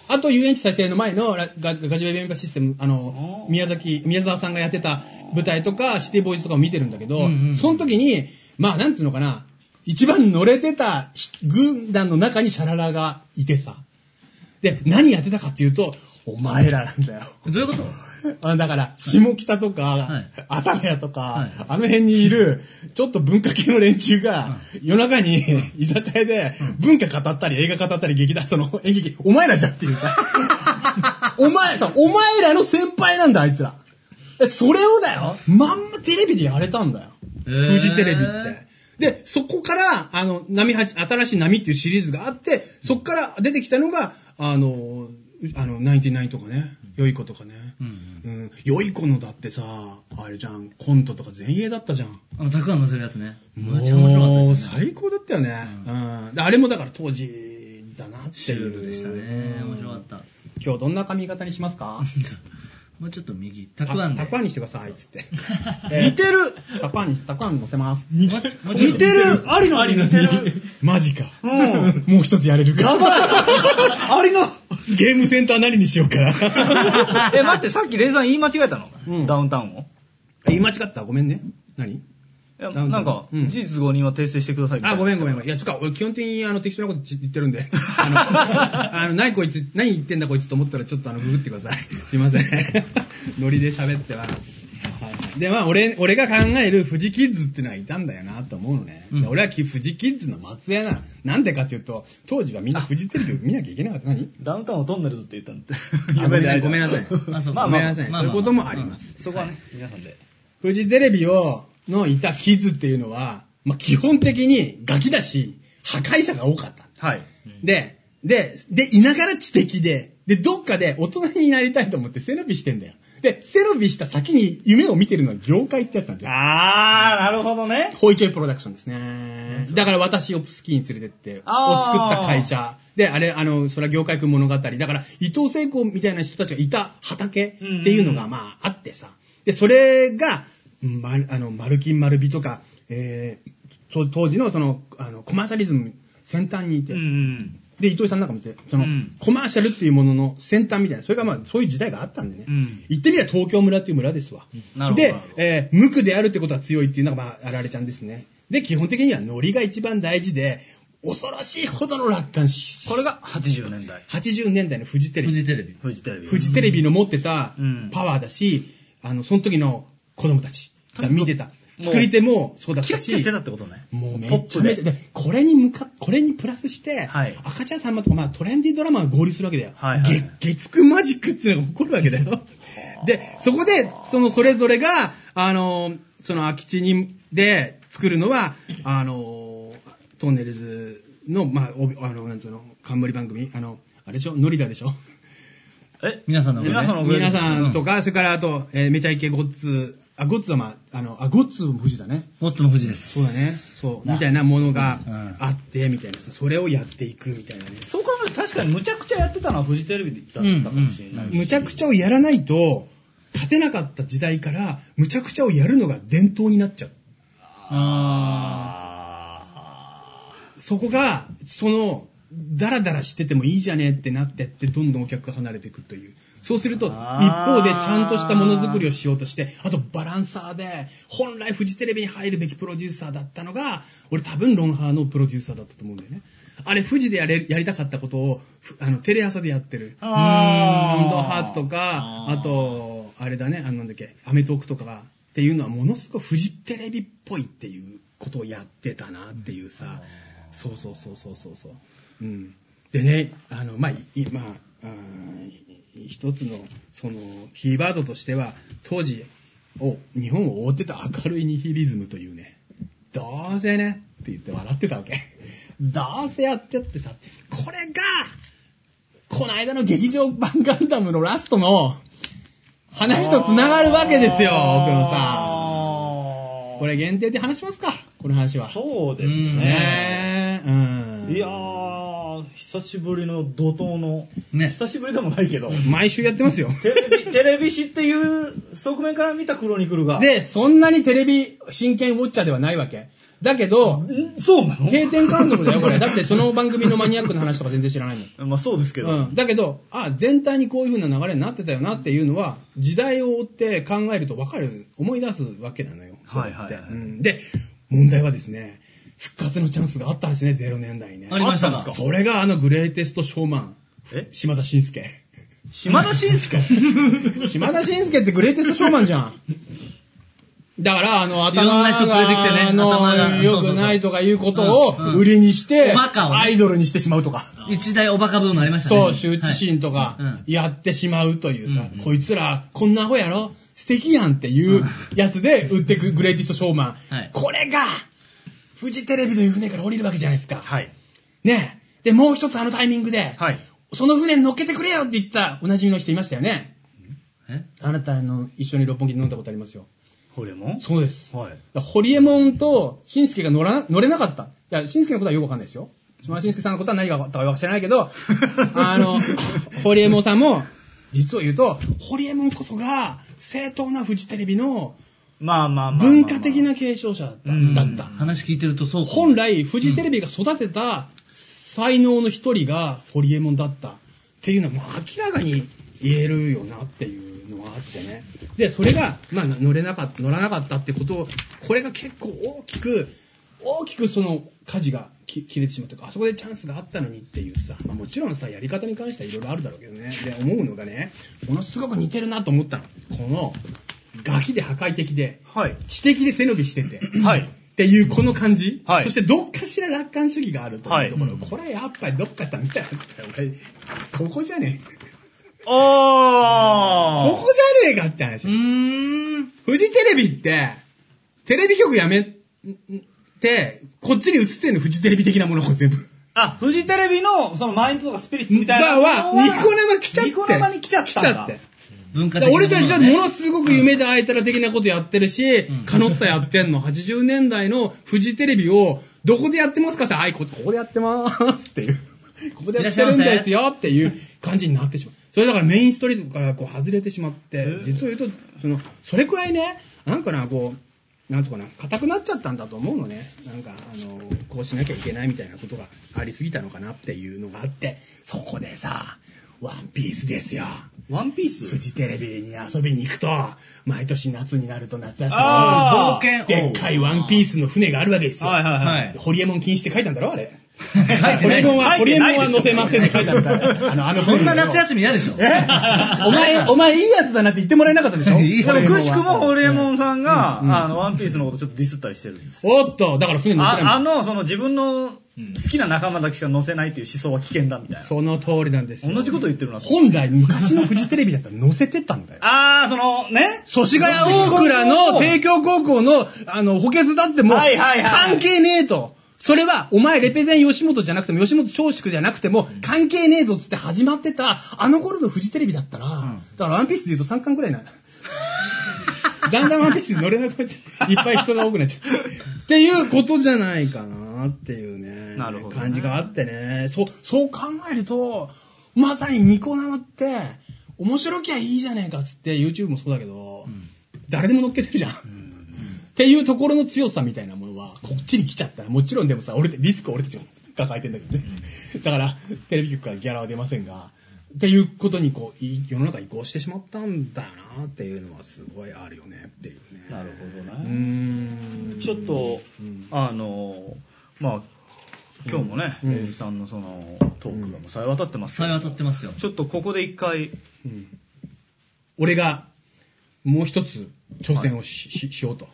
あと、遊園地再生の前のラガガジュベビンカシステム、あの
あ、ー
宮崎、宮沢さんがやってた舞台とか、シティボーイズとかを見てるんだけど、
うんうん
その時に、まあ、なんつうのかな、一番乗れてた軍団の中にシャララがいてさ、で、何やってたかっていうと、お前らなんだよ。
どういうこと
あだから、下北とか
い、
朝佐ヶ谷と
は
か
い、
あの辺にいる、ちょっと文化系の連中が、夜中に居酒屋で、文化語ったり、映画語ったり、劇団、その、演劇、お前らじゃんってい うさ。お前さ、お前らの先輩なんだ、あいつら。えそれをだよ、まんまテレビでやれたんだよ。
へー
フジテレビって。で、そこから、あの、波八、新しい波っていうシリーズがあって、そこから出てきたのが、あの、うあの、ナインティナインとかね、良い子とかね。
うん
うん。良い子のだってさ、あれじゃん、コントとか前衛だったじゃん。
あの、たくあん乗せるやつね。
も
めっちゃ面白かったで
う
すよね。
最高だったよね。うん。であれもだから当時だなっていう。
シュールでしたね。面白かった。
今日どんな髪型にしますか
もうちょっと右。たくあんで。
た くあんにしてください、つって。
似てる
たくあんに、たくあん乗せます。
もうちょっと
似てるありのに似てる
マジか。
うん
もう一つやれるか。
ありの
ゲームセンター何にしよう かな。
え、待って、さっきレイさん言い間違えたの、
うん
ダウンタウンを。
言い間違った。ごめんね。何
いや
ダウンタウン
なんか、
うん
事実誤認は訂正してくださいみたい
あ、
な
ごめんごめんごめん。いや、つうか、俺基本的にあの適当なこと言ってるんで。あの、あ の何こいつ、何言ってんだこいつと思ったらちょっとあの、ググってください。 すいません。ノリで喋ってます。はいで、まあ、俺、俺が考える富士キッズっていうのはいたんだよなと思うのね。
うん
で俺はき富士キッズの松屋な。なんでかっていうと、当時はみんな富士テレビを見なきゃいけなかった。 何
ダウンタウンをトンネルズって言ったんで。
あごめんなさいごめんなさい。
あそう
ごめんなさい。
ま
そ
あま
ういう
あ
こともあります。
そこはね、皆さんで。
フジテレビを、のいたキッズっていうのは、まあ、基本的にガキだし、破壊者が多かった。
はい。
で、で、で、いながら知的で、で、どっかで大人になりたいと思って背伸びしてんだよ。で、背伸びした先に夢を見てるのは業界ってやつなんだよ。
あー、なるほどね。
ホイチョイプロダクションですね。だから私をスキーに連れてって、を作
あー
った会社。で、あれ、あの、それは業界くん物語。だから、伊藤聖子みたいな人たちがいた畑っていうの
う
が、
ん
まあ、あってさ。で、それが、ま、あの、丸金丸美とか、えー、と当時のその、あの、コマーシャリズム先端にいて、
うん。
で、伊藤さんなんか見て、その、
うん
コマーシャルっていうものの先端みたいな、それがまあ、そういう時代があったんでね。
うん
言ってみれば東京村っていう村ですわ。
なるほど
で、えー無垢であるってことは強いっていうのが、まあ、あられちゃんですね。で、基本的にはノリが一番大事で、恐ろしいほどの楽観し、
これが80年代、
80年代のフジテレ
フジ
ビ。
テレビ。
フジテレビ。
フジテレビの持ってた
うん
パワーだし、あの、その時の子供たちが見てた。
もう
作り手もそうだっ
キ
た
ラ
し。
キラしてたってことね。
もうめ
ポッ
っちゃ
プ
め
で
ちゃ、でこれに向か、これにプラスして、
はい
赤ちゃんさんまとか、まあトレンディードラマが合流するわけだよ。
はいはい
月、月9マジックっていうのが起こるわけだ よ。で、そこで、その、それぞれが、あの、その空き地に、で作るのは、あの、トンネルズの、まあ、おあの、なんつうの、冠番組、あの、あれでしょ、ノリダでしょ。
え
皆さんのおかげ
皆さんのおかげで
皆さんとか、それからあと、えーめちゃイケゴッツ、あ、ゴッツはまあ、あの、あ、ゴッツも富士だね。
ゴッツも富士です。
そうだね。そう。みたいなものが
うん
あって、みたいなさ、それをやっていくみたいなね。
そう考えると確かにむちゃくちゃやってたのはフジテレビだったかもしれないし。
むちゃくちゃをやらないと、勝てなかった時代から、むちゃくちゃをやるのが伝統になっちゃう。
あ
そこが、その、ダラダラしててもいいじゃねえってなってって、どんどんお客が離れていくという。そうすると、一
あ
方
ー
でちゃんとしたものづくりをしようとして、あとバランサーで、本来フジテレビに入るべきプロデューサーだったのが、俺多分ロンハーのプロデューサーだったと思うんだよね。あれ、富士でやれ、やりたかったことを、ふあの、テレ朝でやってる。
あー
うんロンドンハーツとか、あと、あれだね、あの、なんだっけ、アメトーークとかが、っていうのはものすごくフジテレビっぽいっていうことをやってたなっていうさ、そうそうそうそうそうそう。うん。でね、あの、まあ、いまあ、あー一つの、その、キーワードとしては、当時を、日本を覆ってた明るいニヒリズムというね、どうせね、って言って笑ってたわけ。どうせやってってさ、これが、この間の劇場版ガンダムのラストの話と繋がるわけですよ、奥野さん。これ限定で話しますかこの話は。
そうです
う
ね。
ね。うん。
いやー、久しぶりの怒涛の、
ね
久しぶりでもないけど、
毎週やってますよ。
テレビ、テレビ誌っていう側面から見たクロニクルが。
で、そんなにテレビ真剣ウォッチャーではないわけ。だけど、
ん、そうな
定点観測だよ、これ。だってその番組のマニアックな話とか全然知らないもん。
まあそうですけど、
うん、だけど、あ、全体にこういう風な流れになってたよなっていうのは、時代を追って考えると分かる、思い出すわけなのよ。
はいはいはい
そうやってうんで、問題はですね、復活のチャンスがあったんですね、0年代にね。
ありました
あったんですか
か
それがあのグレイテストショーマン、
え
島田紳介。
島田紳介
島田紳介ってグレイテストショーマンじゃん。だから、あ
い
の、
ろん
頭
な人連れてきてね
があの
頭が
良くないとかいうことを
そうそうそううん
売りにして、
おバカをね
アイドルにしてしまうとか。
一大おバカブームありましたね。
そう、羞恥心とか
はいうん、
やってしまうというさ
うん、
こいつら、こんなアホやろ素敵やんっていうやつで売ってくグレイティストショーマ
は
ン
い。
これが、フジテレビという船から降りるわけじゃないですか。
はい
ねえ。で、もう一つあのタイミングで、
はい
その船に乗っけてくれよって言ったおなじみの人いましたよね。
え
あなた、あの、一緒に六本木で飲んだことありますよ。
ホレモン
そうです。
はい
ホリエモンと、しんすけが乗らな、乗れなかった。いや、しんすけのことはよくわかんないですよ。島田しんすけさんのことは何が分かったか知らない けど、あの、ホリエモンさんも、実を言うと、ホリエモンこそが、正当なフジテレビの
まあまあまあまあまあ
文化的な継承者だった。
うん
だった
話聞いてるとそうかも
本来、フジテレビが育てた才能の一人がホリエモンだったっていうのは、もう明らかに言えるよなっていうのはあってね。で、それが、まあ、乗れなかった、乗らなかったってことを、これが結構大きく、大きくその舵がき切れてしまったというか、あそこでチャンスがあったのにっていうさ、まあ、もちろんさ、やり方に関してはいろいろあるだろうけどね。で、思うのがね、ものすごく似てるなと思ったの。この、ガキで破壊的で、
はい
知的で背伸びしてて。
はい
っていうこの感じ、
はい
そしてどっかしら楽観主義があると
は
いう
い
ところ、これやっぱりどっかさ見たら俺ここじゃねえ
あー
ここじゃねえかって話、
うーん。
フジテレビってテレビ局やめてこっちに映ってんのフジテレビ的なものを全部
あ、フジテレビの、その、マインドとかスピリッツみたいなの
はニコ生来ちゃって
ニコ生に来ちゃったんだ。
来ちゃって
文化
だ
的
か
な
ら俺たちは
もの
も
ね
のすごく夢で会えたら的なことやってるし、カノッサやっ てんの、80年代のフジテレビを、どこでやってますかさ、はい、こここでやってますっていう。ここでやってるんですよっていう感じになってしまう。それだからメインストリートからこう外れてしまって、実を言うと、その、それくらいね、なんかな、こう、なんとかな、硬くなっちゃったんだと思うのね。なんか、あの、こうしなきゃいけないみたいなことがありすぎたのかなっていうのがあって、そこでさ、ワンピースですよ。
ワンピー
フ
ス
ジテレビに遊びに行くと、毎年夏になると夏休み
あ
ー
にでっかいワンピースの船があるわけですよ。
はいはいはい。
はい
ホリエモン禁止って書いたんだろ あれ。
書いてない
ホリエモンは、
書
ホ
い
リエ
て
モ
な
ン
いでしょ
は載せませんって書いてあ った。あの、あの
そんな夏休み嫌でしょ
えお前、お前いいやつだなって言ってもらえなかった でしょ
いい
でも、くしくもホリエモン
ん。
さんが、
うんうん
あの、ワンピースのことちょっとディスったりしてるんです。
おっと、だから船乗せないもん
ああの、その自分の好きな仲間だけしか乗せないっていう思想は危険だみたいな。
その通りなんですよ。
同じこと言ってるな。
本来、昔のフジテレビだったら載せてたんだよ。
あー、その、ね。
祖師ヶ谷大倉の帝京高校の、あの、補欠だっても、
はいはいはい
関係ねえと。それは、お前、レペゼン吉本じゃなくても、吉本長宿じゃなくても、関係ねえぞっつって始まってた、あの頃のフジテレビだったら、だからワンピースで言うと3巻くらいな。 だんだんワンピースに乗れなくなっちゃう。いっぱい人が多くなっちゃう。っていうことじゃないかなっていうね。
なるほどね
感じがあってね。そう、そう考えると、まさにニコ生って、面白きゃいいじゃねえかっつって、YouTube もそうだけど、誰でも乗っけてるじゃん。っていうところの強さみたいなものは、こっちに来ちゃったら、もちろんでも さ、俺って、リスクは俺たちが抱えてんだけどね。だから、テレビ局からギャラは出ませんが、っていうことにこう、い世の中移行してしまったんだなっていうのはすごいあるよねっていうね。
なるほど
うー
ね。
ん。
ちょっと
うん、
あの、まあ、今日もね、
うん
エイジさんのその、トークがもうさえ渡ってますけ
さ
ど。
え渡ってますよ。
ちょっとここで一回、
うん俺が、もう一つ挑戦をし,し、しようと。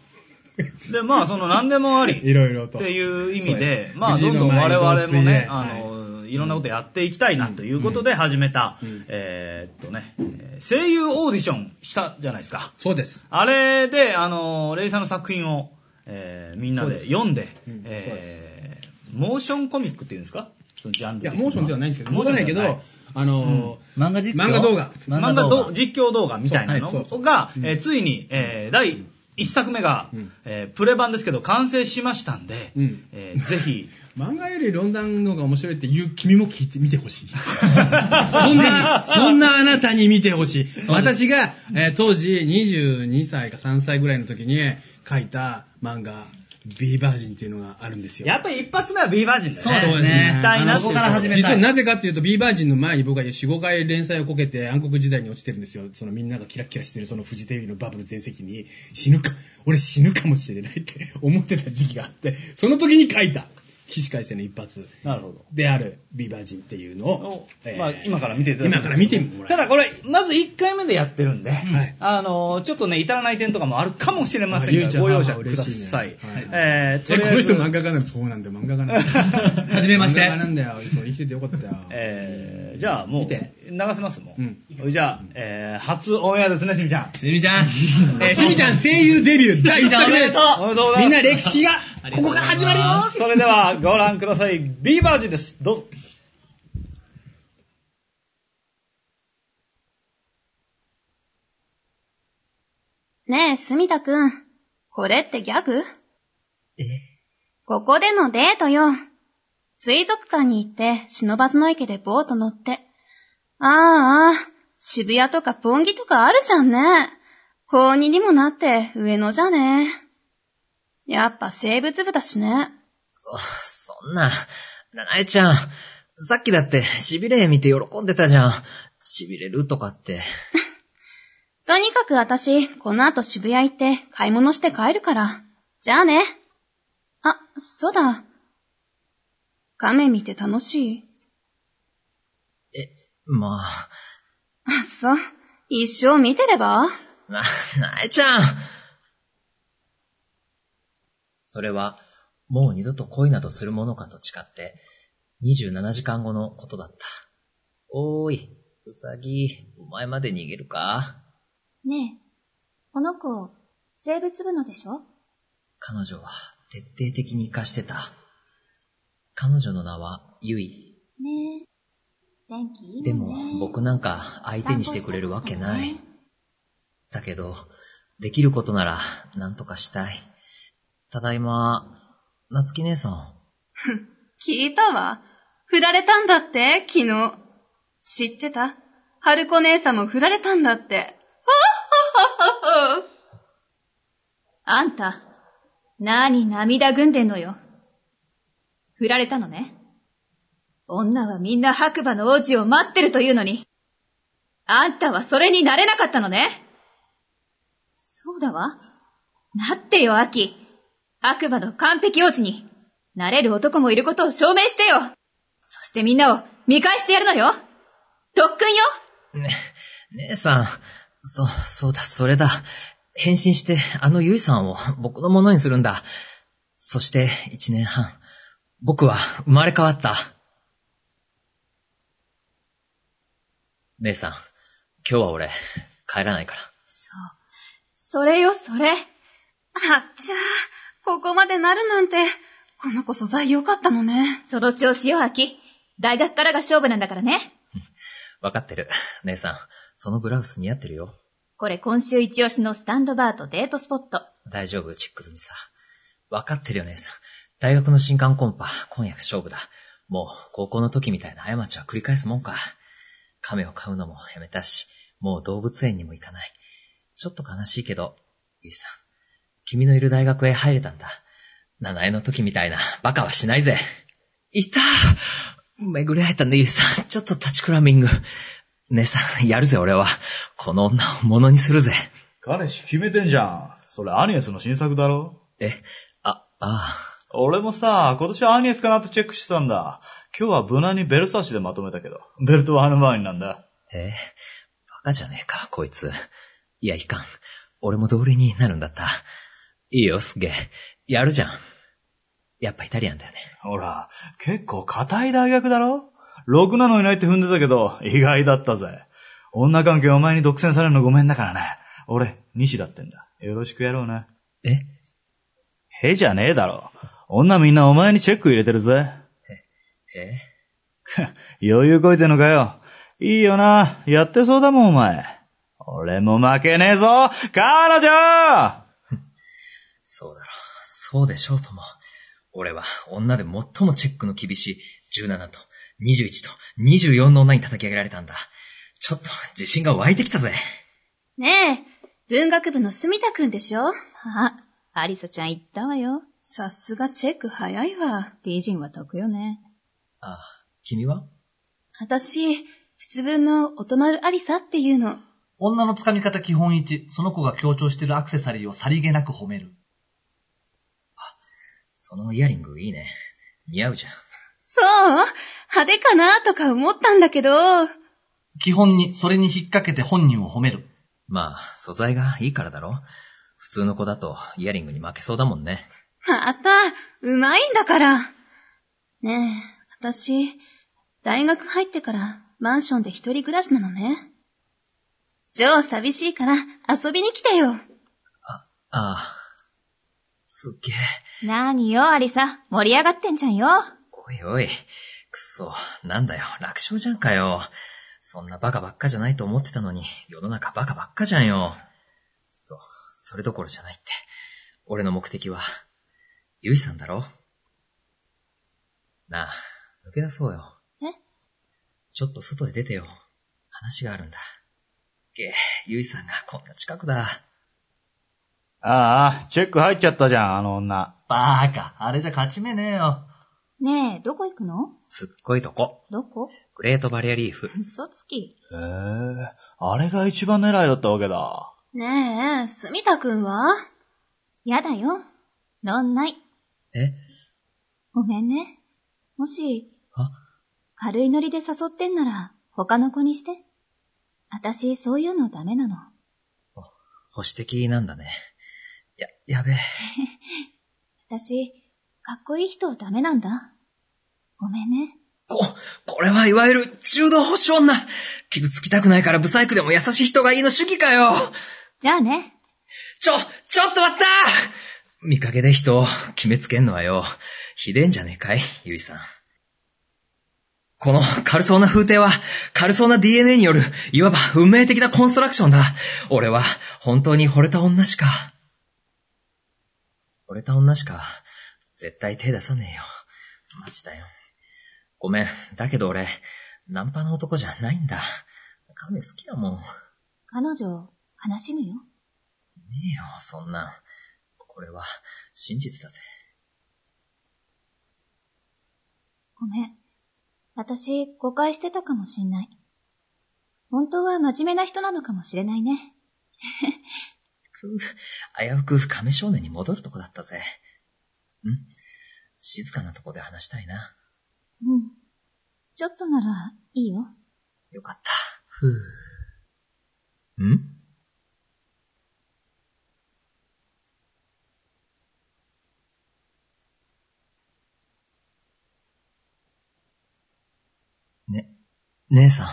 で、まあ、その何でもあ り。
いろいろと。
っていう意味
そう、
ですまあ、
藤
ど
井
ん
の
どん我々もね、
前
あ
のついで
の、いろんなことやっていきたいなということで始めた
うん、
えーっとね、えー声優オーディションしたじゃないですか。
そうです。
あれで、あの、レイさんの作品を、えーみんなで読んで
うん、
えーモーションコミックっていうんですかそのジャンル
いや、モーションではないんですけど、
モ
モ
ー
ー
シ
シ
ョン
ョン
で
だ
は
け
ない
ど、あのー、
漫画実況
漫画動画
漫画ど実況動画みたいなの
そうはいそう
が、
うん
えーついに、えー第1作目が、
うん
えープレ版ですけど完成しましたんで、
うん
えーぜひ、
漫画より論談の方が面白いって言う君も聞いてみてほし い。 そんな、そんなあなたに見てほしい。私が、えー当時22歳か3歳ぐらいの時に書いた漫画、ビーバージンっていうのがあるんです よ。
やっぱり一発目はビーバージンだね。
そうですね
行きたいなっていう
あのここから始めたい
実はなぜかっていうと、ビーバージンの前に僕は4、5回連載をこけて暗黒時代に落ちてるんですよ。そのみんながキラキラしてるそのフジテレビのバブル全席に 死ぬか、俺死ぬかもしれないって思ってた時期があって、その時に書いた起死回生の一発
なるほど。
であるビバ人っていうの
を、
を
まあ、今から見ていた
た
だ
だ
きま
今
す
から見てもらえ
ただこれ、まず1回目でやってるんで、
い
あのーちょっとね、至らない点とかもあるかもしれません
あゆ
が、
いちゃん
ご容赦
あ
くだ
嬉しい
さい。
ねはい
えーと
え
りあ
こ
えず
の人漫画家なのそうなんだよ漫画家な の
初めまして
漫画家なんだよそう生きててよかったよ、
えーじゃあもう、
見て
流せますも
うん
ん。じゃあ、えー初オンエアですね、しみちゃん。
すみちゃん。
えーしみちゃん声優デビュー第1回目です
おめでとうございます
みんな歴史がここから始まるよ
それではご覧ください。ビーバージです。どうぞ。
ねえ、すみたくん。これってギャグ
え
ここでのデートよ。水族館に行って、忍ばずの池でボート乗って。ああああ、渋谷とかポンギとかあるじゃんね。高2にもなって上野じゃね。やっぱ生物部だしね。
そ、そんな、ななえちゃん、さっきだって、痺れ見て喜んでたじゃん。痺れるとかって。
とにかく私、この後渋谷行って買い物して帰るから。じゃあね。あ、そうだ。亀見て楽しい
まあ、
あ、そう。一生見てれば
な、なえちゃん。それは、もう二度と恋などするものかと誓って、27時間後のことだった。おーい、うさぎ、お前まで逃げるか
ねえ、この子、生物部のでしょ
彼女は徹底的に活かしてた。彼女の名は、ゆい。
ねえ、天気いい
でも、僕なんか相手にしてくれるわけない。だけど、できることなら、なんとかしたい。ただいま、夏希姉さん。
聞いたわ。振られたんだって、昨日。知ってた春子姉さんも振られたんだって。ほっほっほっほっほあんた、なに涙ぐんでんのよ。振られたのね。女はみんな白馬の王子を待ってるというのに。あんたはそれになれなかったのね。そうだわ。なってよ、秋。白馬の完璧王子に、なれる男もいることを証明してよ。そしてみんなを見返してやるのよ。特訓よ。
ね、姉さん。そ、そうだ、それだ。変身して、あのゆいさんを僕のものにするんだ。そして、一年半。僕は生まれ変わった。姉さん、今日は俺、帰らないから。
それよ、それ。あっちゃー、ここまでなるなんて、この子素材良かったのね。その調子よ、秋。大学からが勝負なんだからね。
わかってる。 姉さん、そのブラウス似合ってるよ。
これ今週一押しのスタンドバーとデートスポット。
大丈夫、チック済みさ。わかってるよ、姉さん。大学の新刊コンパ、今夜が勝負だ。もう、高校の時みたいな過ちは繰り返すもんか。亀を飼うのもやめたし、もう動物園にも行かない。ちょっと悲しいけど、ゆいさん。君のいる大学へ入れたんだ。七重の時みたいな、バカはしないぜ。いた巡り会えたね、ゆいさん。 ちょっと立ちクラミング。姉さん、やるぜ、俺は。この女を物にするぜ。
彼氏決めてんじゃん。それアニエスの新作だろ
え、あ、ああ。
俺もさ、今年はアニエスかなってチェックしてたんだ。今日は無難にベルサーチでまとめたけど。ベルトはハヌマーニなんだ。
えーバカじゃねえか、こいつ。いや、いかん。俺も同類になるんだった。いいよ、すげえ。やるじゃん。やっぱイタリアンだよね。
ほら、結構硬い大学だろろくなのいないって踏んでたけど、意外だったぜ。女関係お前に独占されるのごめんだからね。俺、西だってんだ。よろしくやろうな。
え
へじゃねえだろ。女みんなお前にチェック入れてるぜ。
え
余裕こいてんのかよ。いいよな。やってそうだもん、お前。俺も負けねえぞ彼女
そうだろう。そうでしょうとも。俺は女で最もチェックの厳しい17と21と24の女に叩き上げられたんだ。ちょっと自信が湧いてきたぜ。
ねえ、文学部の住田くんでしょあ、アリサちゃん言ったわよ。さすがチェック早いわ。美人は得よね。
ああ、君は
私、仏文の音丸アリサっていうの。
女のつかみ方基本1、その子が強調しているアクセサリーをさりげなく褒める。
そのイヤリングいいね。似合うじゃん。
そう派手かなとか思ったんだけど。
基本に、それに引っ掛けて本人を褒める。
まあ、素材がいいからだろ。普通の子だとイヤリングに負けそうだもんね。
また、うまいんだから。ねえ、私、大学入ってからマンションで一人暮らしなのね。ジョー寂しいから遊びに来てよ。
ああ。すっげえ。
何よ、アリサ。盛り上がってんじゃんよ。
おいおい。くそ、なんだよ。楽勝じゃんかよ。そんなバカばっかじゃないと思ってたのに、世の中バカばっかじゃんよ。そう、それどころじゃないって。俺の目的は、ゆいさんだろなあ、抜け出そうよ。
え
ちょっと外へ出てよ。話があるんだ。げえ、ゆいさんがこんな近くだ。
ああ、チェック入っちゃったじゃん、あの女。
バーカ、あれじゃ勝ち目ねえよ。
ねえ、どこ行くの
すっごいとこ。
どこ
グレートバリアリーフ。
嘘つき。
へえ、あれが一番狙いだったわけだ。
ねえ、住田くんは
やだよ。乗んない。
え
ごめんね。もし
あ、
軽いノリで誘ってんなら、他の子にして。私、そういうのダメなの。
保守的なんだね。や、やべえ。
私、かっこいい人ダメなんだ。ごめんね。
こ、これはいわゆる中道保守女。傷つきたくないからブサイクでも優しい人がいいの主義かよ。
じゃあね。
ちょ、ちょっと待った見かけで人を決めつけんのはよ、ひでえんじゃねえかい、ゆいさん。この軽そうな風景は、軽そうな DNA による、いわば運命的なコンストラクションだ。俺は、本当に惚れた女しか。惚れた女しか、絶対手出さねえよ。マジだよ。ごめん、だけど俺、ナンパの男じゃないんだ。カメ好きだもん。
彼女、悲しむよ。
ねえよ、そんなん。これは、真実だぜ。
ごめん。私、誤解してたかもしんない。本当は真面目な人なのかもしれないね。
危うく亀少年に戻るとこだったぜ。ん静かなとこで話したいな。
うん。ちょっとなら、いいよ。
よかった。ふぅ。んね、姉さん。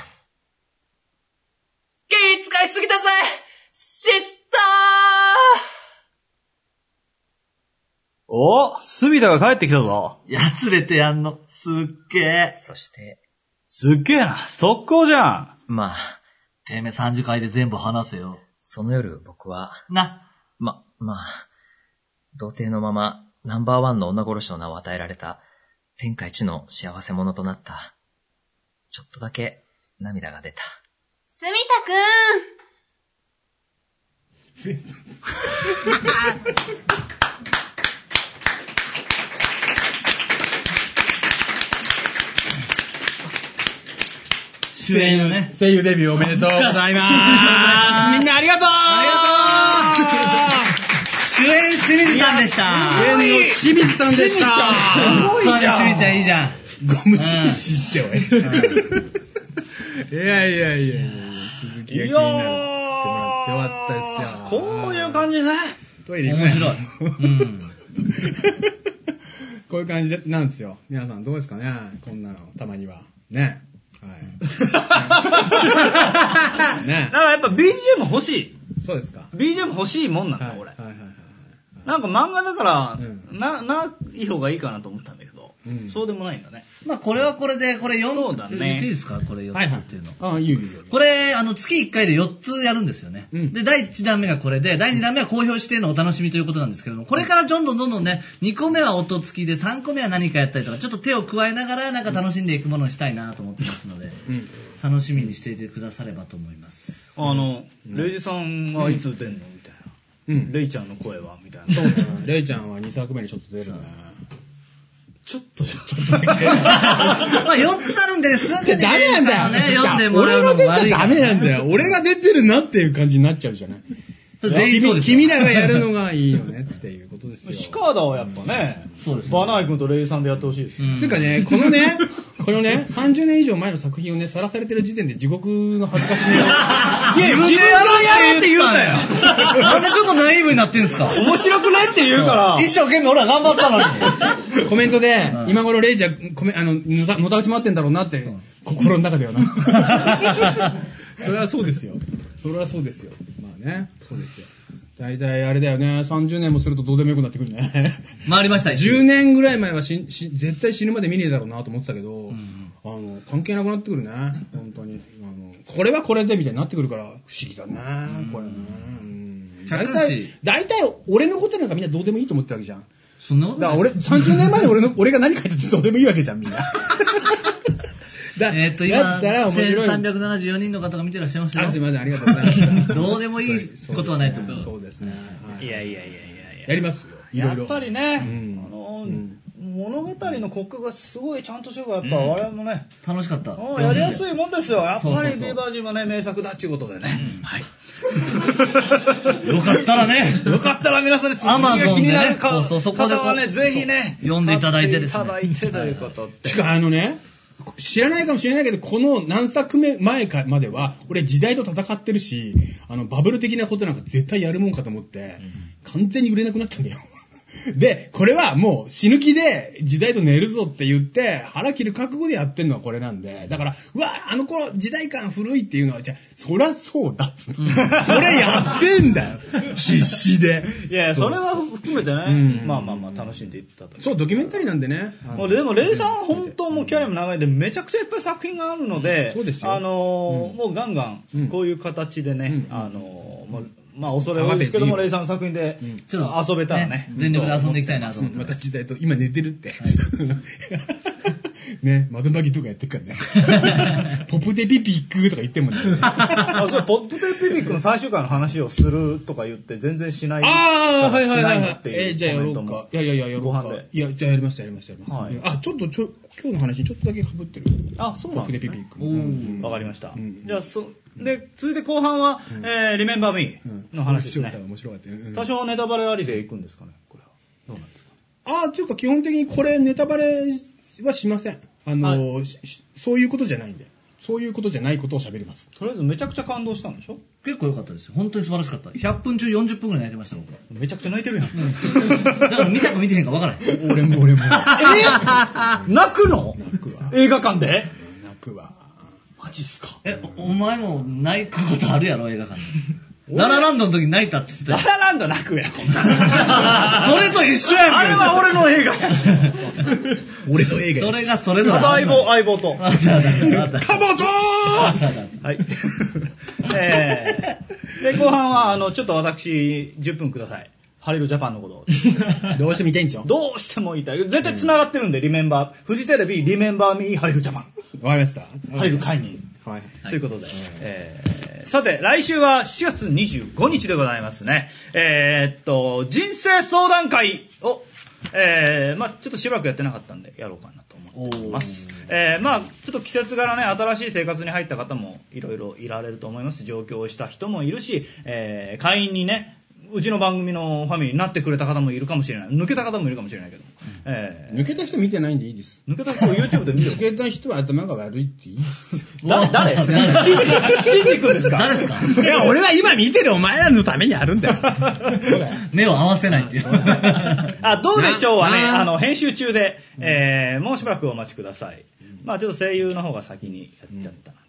気使いすぎだぜシスタ
おスビタが帰ってきたぞ。
やつれてやんの。すっげえ
ー。そして、
すっげえな、速攻じゃん。
まあ、
てめえ3次会で全部話せよ。
その夜僕は、
な、
ま、まあ、童貞のままナンバーワンの女殺しの名を与えられた、天下一の幸せ者となった。ちょっとだけ涙が出た。
住田くん
主演のね。
声優デビューおめでとうございます。みんなありがとう
あり主演清水さんでした。
がとう声優の清水さんでした
本当に清水ちゃんいいじゃん。
ゴ ムシムシしておい。いやいやいやいや、鈴木が気になるってもらって終わったですよ。
こういう感じね。
トイレ行く ね
面白いうん。
こういう感じでなんですよ。皆さんどうですかねこんなの、たまには。ね。はい。
だ
ね
からやっぱ BGM 欲しい。
そうですか。
BGM 欲しいもんなんだ、
はい
俺。
はいはいはい。
なんか漫画だから、
うん
な、ない方がいいかなと思ったんだけど、
うん
そうでもないんだね。
まあこれはこれで、これ4
そうだね
言っていいですかこれ4つっていうの。
ああ、いいよいいよ。
これ、あの、月1回で4つやるんですよね。
うん
で、第1弾目がこれで、第2弾目は公表してのお楽しみということなんですけれども、これからどんどんどんどんね、2個目は音付きで、3個目は何かやったりとか、ちょっと手を加えながら、なんか楽しんでいくものにしたいなと思ってますので、
うん。
楽しみにしていてくださればと思います。
あの、レイジさんはいつ出んのみたいな。
うん。
レイちゃんの声はみたい
そ
な。
うだな。レイちゃんは2作目にちょっと出るね。
ちょっと、ちょっと。
まあ4つあるんで、すんでね、ね、読んでもら
俺
うの
が
も
出ち
悪い
ゃ
から
ダ メなんだよ。俺が出てるなっていう感じになっちゃうじゃない。
全員そうですよ
君君らがやるのがいいよねっていうことですよ。
シカーダはやっぱね、
そうですね
バナーイ君とレイさんでやってほしいですよ。
つう かね、このね、このね、30年以上前の作品をね、さらされてる時点で地獄の恥ずかし みを。
いや、自分でやろうって言うんだよ。
なんでちょっとナイーブになってんすか
面白くないって言うから。
一生懸命俺は頑張ったのに。
コメントで、今頃レイジャー、コメあの、のたのたうち回ってんだろうなって、心の中で はな。 それはそうですよ。それはそうですよ。まあね、そうですよ。大体あれだよね、30年もするとどうでもよくなってくるね。
回りました、一瞬
10年ぐらい前はしし絶対死ぬまで見ねえだろうなと思ってたけど、あの関係なくなってくるね本当にあのこれはこれでみたいになってくるから不思議だね、これね、うん、
高
大
橋
体大体俺のことなんかみんなどうでもいいと思ってるわけじゃん
そんなこ
だ
とな
か
い
ら俺30年前に俺の 俺が何書いたってどうでもいいわけじゃんみんな だ
えっと、今、
だったら面白い
1374人の方が見てらっしゃいますよ
あ。すいませんありがとうございました
どうでもいいことはないと思います
そうですねはい
いやいやいやいやい
やりますよいろ
や。
いろ
やっぱりね、
うん
あの
ん
物語の骨格がすごいちゃんとしてるから、やっぱ我々もね、
楽しかった。
うんやりやす
い。
いもんですよ。やっ
そう
ぱ
そう
りビ
そう
ーバー人はね、名作だっちゅうことでね。はい。
よかったらね。
よかったら皆さんに続き
Amazon
が
でね
気になるか
そうそうそこで
方
こう
はね、ぜひね、
そう読んでいただいてですね
買っていただいてということって。
しかあのね、知らないかもしれないけど、この何作目前かまでは、俺時代と戦ってるし、あの、バブル的なことなんか絶対やるもんかと思って、完全に売れなくなったんだよ。 で、これはもう死ぬ気で時代と寝るぞって言って、腹切る覚悟でやってんのはこれなんで、だから、うわ、あの頃時代感古いっていうのは、じゃあそらそうだっつって。 それやってんだよ。必死で。
いや、それは含めてね、
うん
まあまあまあ楽しんでいったと。
そう、ドキュメンタリーなんでね。あの
もうでも、レイさんは本当もうキャリアも長いんで、めちゃくちゃいっぱい作品があるので、
そうですよ
あのーもうガンガ
うん
ン、こういう形でね、
うん
あのーもうまあ恐れ多いですけども、
うん
レイさんの作品で
うん
ちょっと遊べたらね。
全力で遊んでいきたいなと思って
ま
ま
た
す。
時代と、今寝てるって。 ね、窓マギとかやってる からね。ポプデピピックとか言ってんもんね。
あそれポップテピピックの最終回の話をするとか言って、全然しないから
ああ、はいはい
し
は
ないい
は
の
い
っ。て
え
い
ーじゃあや
うコ
ろ
メント
う
も
か。。いやいやいや、やろう
ご飯
か
で。
いや、じゃあやりました、やりました、やりました。
はい
あ、ちょっとちょ、今日の話ちょっとだけ被ってる。
あ、そう
ポ
なん
プ
で
デ
す
ピ
ね
ピック
おー
うん
わかりました。
うん
じゃあ、そ、で、続いて後半は、えー、リメンバーミ
うん
ーの話ですね。
面白かった、面白かったうん
多少ネタバレありでいくんですかね、これは。どうなんですか
ああ、というか基本的にこれネタバレはしません。あの、ししそういうことじゃないんで。そういうことじゃないことを喋ります。
とりあえずめちゃくちゃ感動したんでしょ
結構良かったですよ。本当に素晴らしかった。100分中40分くらい泣いてました、僕は。
めちゃくちゃ泣いてるやん。
だから見たか見てへんか分からへん。
俺も 俺も。
えー、 泣くの
泣くわ。
映画館で
泣くわ。
マジっすか。
え、おお前も泣くことあるやろ、映画館で。ララランドの時泣いたって言ってた
ラ
よ。
ラランド泣くやん。
それと一緒やんけ
あれは俺の映画やし。
俺の映画
そ
で
れ
す。
がそれ
あと
ぞれ。
相棒、相棒と。
あったあったあった。
カボチョー
はい。えー、で、後半は、あの、ちょっと私、10分ください。ハリルジャパンのことを。
どうして見たいんですよ。
どうしても言いたい。絶対繋がってるんで、リメンバー。フジテレビ、リメンバーミーハリルジャパ
わかりました。
ン。ハリル解任。
はい。
ということで、えーさて、来週は4月25日でございますね。えーっと、人生相談会を、えーまあちょっとしばらくやってなかったんで、やろうかなと思ってます。えーまあちょっと季節柄ね、新しい生活に入った方もいろいろいられると思います。上京した人もいるし、えー会員にね、うちの番組のファミリーになってくれた方もいるかもしれない。抜けた方もいるかもしれないけども。えー
抜けた人見てないんでいいです。
抜けた人を YouTube で見る
抜けた人は頭が悪いっていいです。
だ誰シンジシンジ君ですか
誰ですか
いや、俺は今見てるお前らのためにあるんだよ。そうだよ。
目を合わせないっていう。
あ、どうでしょうはね、
なな
あの、編集中で、えー、もうしばらくお待ちください。まあちょっと声優の方が先にやっちゃったので。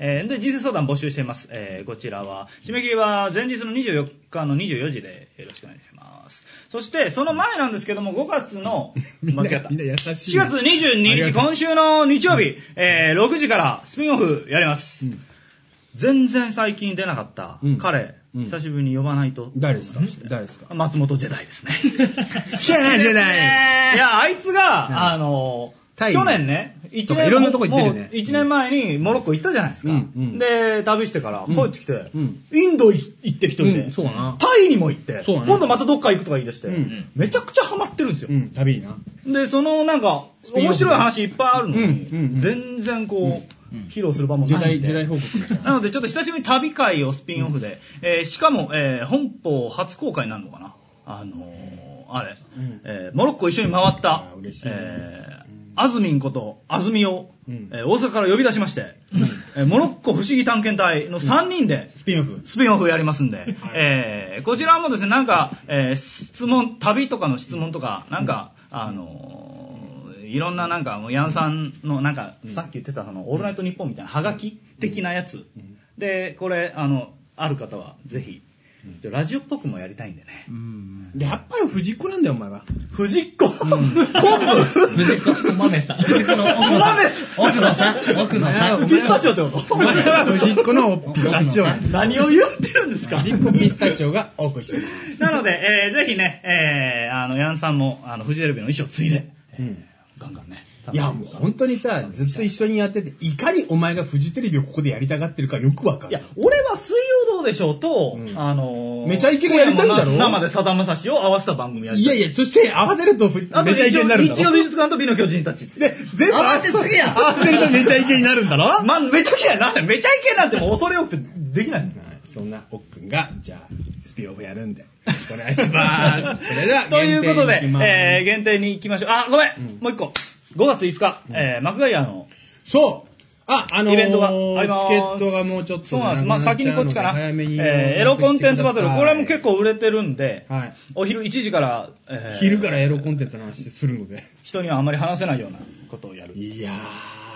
えーで、人生相談募集しています。えーこちらは、締め切りは前日の24日の24時でよろしくお願いします。そして、その前なんですけども、5月の、
みんな
間違った
みんな優し
4
い
月22日、今週の日曜日、えー6時からスピンオフやります。
うん
全然最近出なかった、
うん
彼、
うん
久しぶりに呼ばないと。
誰ですか誰ですか
松本ジェダイ ですね。
知らない知らない
いや、あいつが、
うん
あの、
タイ
去年ね、一
とか
年
いろんなとこ行ってるね
もう一年前にモロッコ行ったじゃないですか。
うんうん
で、旅してから
うん
帰ってきて、
うん
インド行って一人で、
うんそうだな
タイにも行って、
そうだね
今度またどっか行くとか言い出して、
うん
めちゃくちゃハマってるんですよ。
うん、旅いいな。
で、そのなんか、面白い話いっぱいあるのに、
うんうんうん
全然こう、
披露する場もないんで。
時代、時代報告。
なので、ちょっと久しぶりに旅会をスピンオフで、えーしかも、えー本邦初公開になるのかなあのーあれ、えーモロッコ一緒に回った、えーあずみんこと、あずみを、えー大阪から呼び出しまして、えーモロッコ不思議探検隊の3人で、
スピンオフ。
スピンオフやりますんで、えーこちらもですね、なんか、えー質問、旅とかの質問とか、なんか、あのーいろんななんか、もうヤンさんの、なんか、さっき言ってた、その、オールナイトニッポンみたいな、ハガキ的なやつ。で、これ、あの、ある方は、ぜひ、でラジオっぽくもやりたいんでね。
でやっぱり藤子なんだよ、お前は。
藤っ子、 昆布
無事、お豆さん。無事この奥野さん。奥野さん。奥野さん。
ピスタチオって こと
藤子のピスタチオ。
何を言ってるんですか
藤子ピスタチオがお送りしてる。
なので、えーぜひね、えーあの、ヤンさんも、あの、フジテレビの衣装継いで、
うん
ガンガンね。
いや、もう本当にさ、ずっと一緒にやってて、いかにお前がフジテレビをここでやりたがってるかよくわか
いや
る。、
俺は水曜どうでしょうと、
うん
あのー
めちゃイケがやりたいんだ
今夜
ろ
も生でさだまさしを合わせた番組やり
い
た
や
い。
いや、そして合わせるとフジ
あと
めちゃイケになるんだ
日曜
ろ。
美術館と美の巨人たち。
で、全部合わせすぎや合わせるとめちゃイケになるんだろ
まあ、めちゃイケやな。めちゃイケなんてもう恐れ多くてできない。
そんな奥くんが、じゃあ、スピンオフやるんで、よろしくお願いし ます。それでは、
ということで、
限定に行きま
えー、限定に行きまし
す
ょう。あ、ごめん、
うん
もう一個。5月5日、えー、マクガイアの、
そうあ、あのー、
イベントがあります
チケットがもうちょっと。
そうなんです。まあ、先にこっちかな。え
早めに。
ー、エロコンテンツバトル。これはもう結
構。
構売れてるんで、
はい。
お昼1時から、えー
昼からエロコンテンツの話するので。
人にはあまり話せないようなことをやる。
いや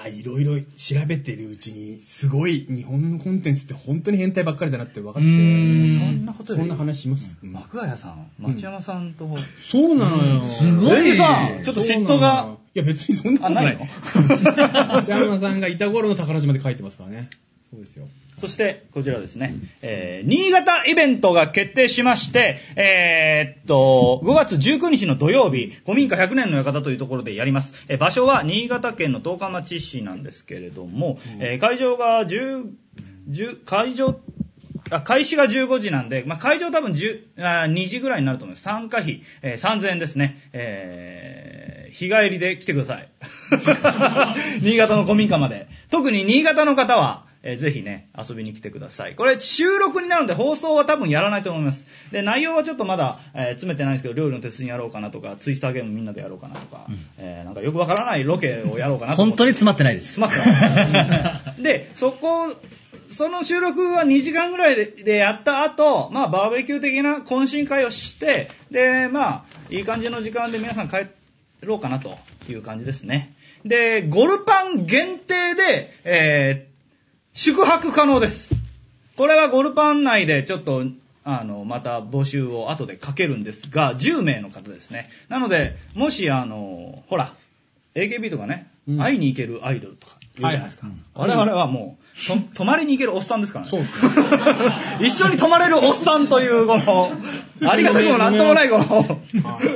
ー、いろいろ調べてるうちに、すごい日本のコンテンツって本当に変態ばっかりだなって分かってきて、
そんなことよ
そん
り
な話します。うん
マクガヤさん、町山さんと、
そうなのよ。す
ごいぜひさちょっと嫉妬が。
いや、別にそんなことな
あ
い
ない。
ジャンマさんがいた頃の宝島で書いてますからね。そうですよ。
そして、こちらですね、えー新潟イベントが決定しまして、えーっと、5月19日の土曜日、古民家100年の館というところでやります。えー場所は新潟県の十日町市なんですけれども、えー会場が10、10会場、あ開始が15時なんで、まあ、会場多分10あー2時ぐらいになると思います。参加費、えー3000円ですね。えー日帰りで来てくだ さい。新潟の古民家まで。特に新潟の方は、えーぜひね、遊びに来てください。これ収録になるので放送は多分やらないと思います。で、内容はちょっとまだ、えー詰めてないんですけど、料理の鉄にやろうかなとか、ツイスターゲームみんなでやろうかなとか、えーなんかよくわからないロケをやろうかなと思っ
本
て
当に詰まってないです。
しますから。で、そこ、その収録は2時間ぐらいででやった後、まあ、バーベキュー的な懇親会をして、で、まあ、いい感じの時間で皆さん帰ろうかなという感じですね。で、ゴルパン限定で、えー宿泊可能です。これはゴルパン内でちょっと、あの、また募集を後でかけるんですが、10名の方ですね。なので、もし、あの、ほら、AKB とかね、
うん
会いに行けるアイドルとか言うじゃないですか。
はい
我々はもう、と泊まりに行けるおっさんですからね。
そうです
一緒に泊まれるおっさんという、こ の、ありがたくもなんともない、この、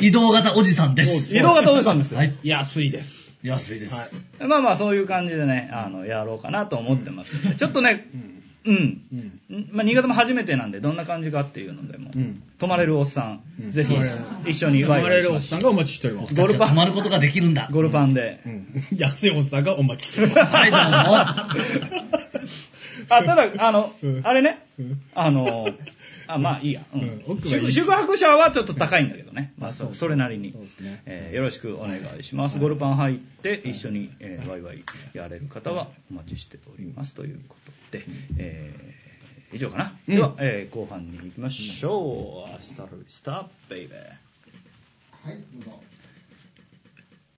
移動型おじさんです。
移動型おじさんですよ。
はい。
安いです。
安いです。
まあまあ、そういう感じでね、あの、やろうかなと思ってますんで、ちょっとね、うん。
うん。
まあ、新潟も初めてなんで、どんな感じかっていうのでも、
うん
泊まれるおっさん、
うん
ぜひ
泊まれる
一緒に
生ま
ワイワ
れ
イし
るお
ま
っ
しょ
さんがお待ちしております。
ゴルパン。止まることができるんだ
う。。ゴルパンで。
うん。安いおっさんがお待ちしております。
はい、ど
あ、ただ、あの
うん、
あれね
うん、
あの、あ、まあいいや。うん
うん奥はい
宿
い
宿泊者はちょっと高いんだけどね。まあ
そう
そう、それなりに
そうですね。
えーよろしくお願いします。ゴルパン入って一緒にえーワイワイやれる方はお待ちしておりますということで、えー以上かな。
うん
では、えー後半に行きましょう。アスタルビスタ、ベイベー。
はい、どうぞ。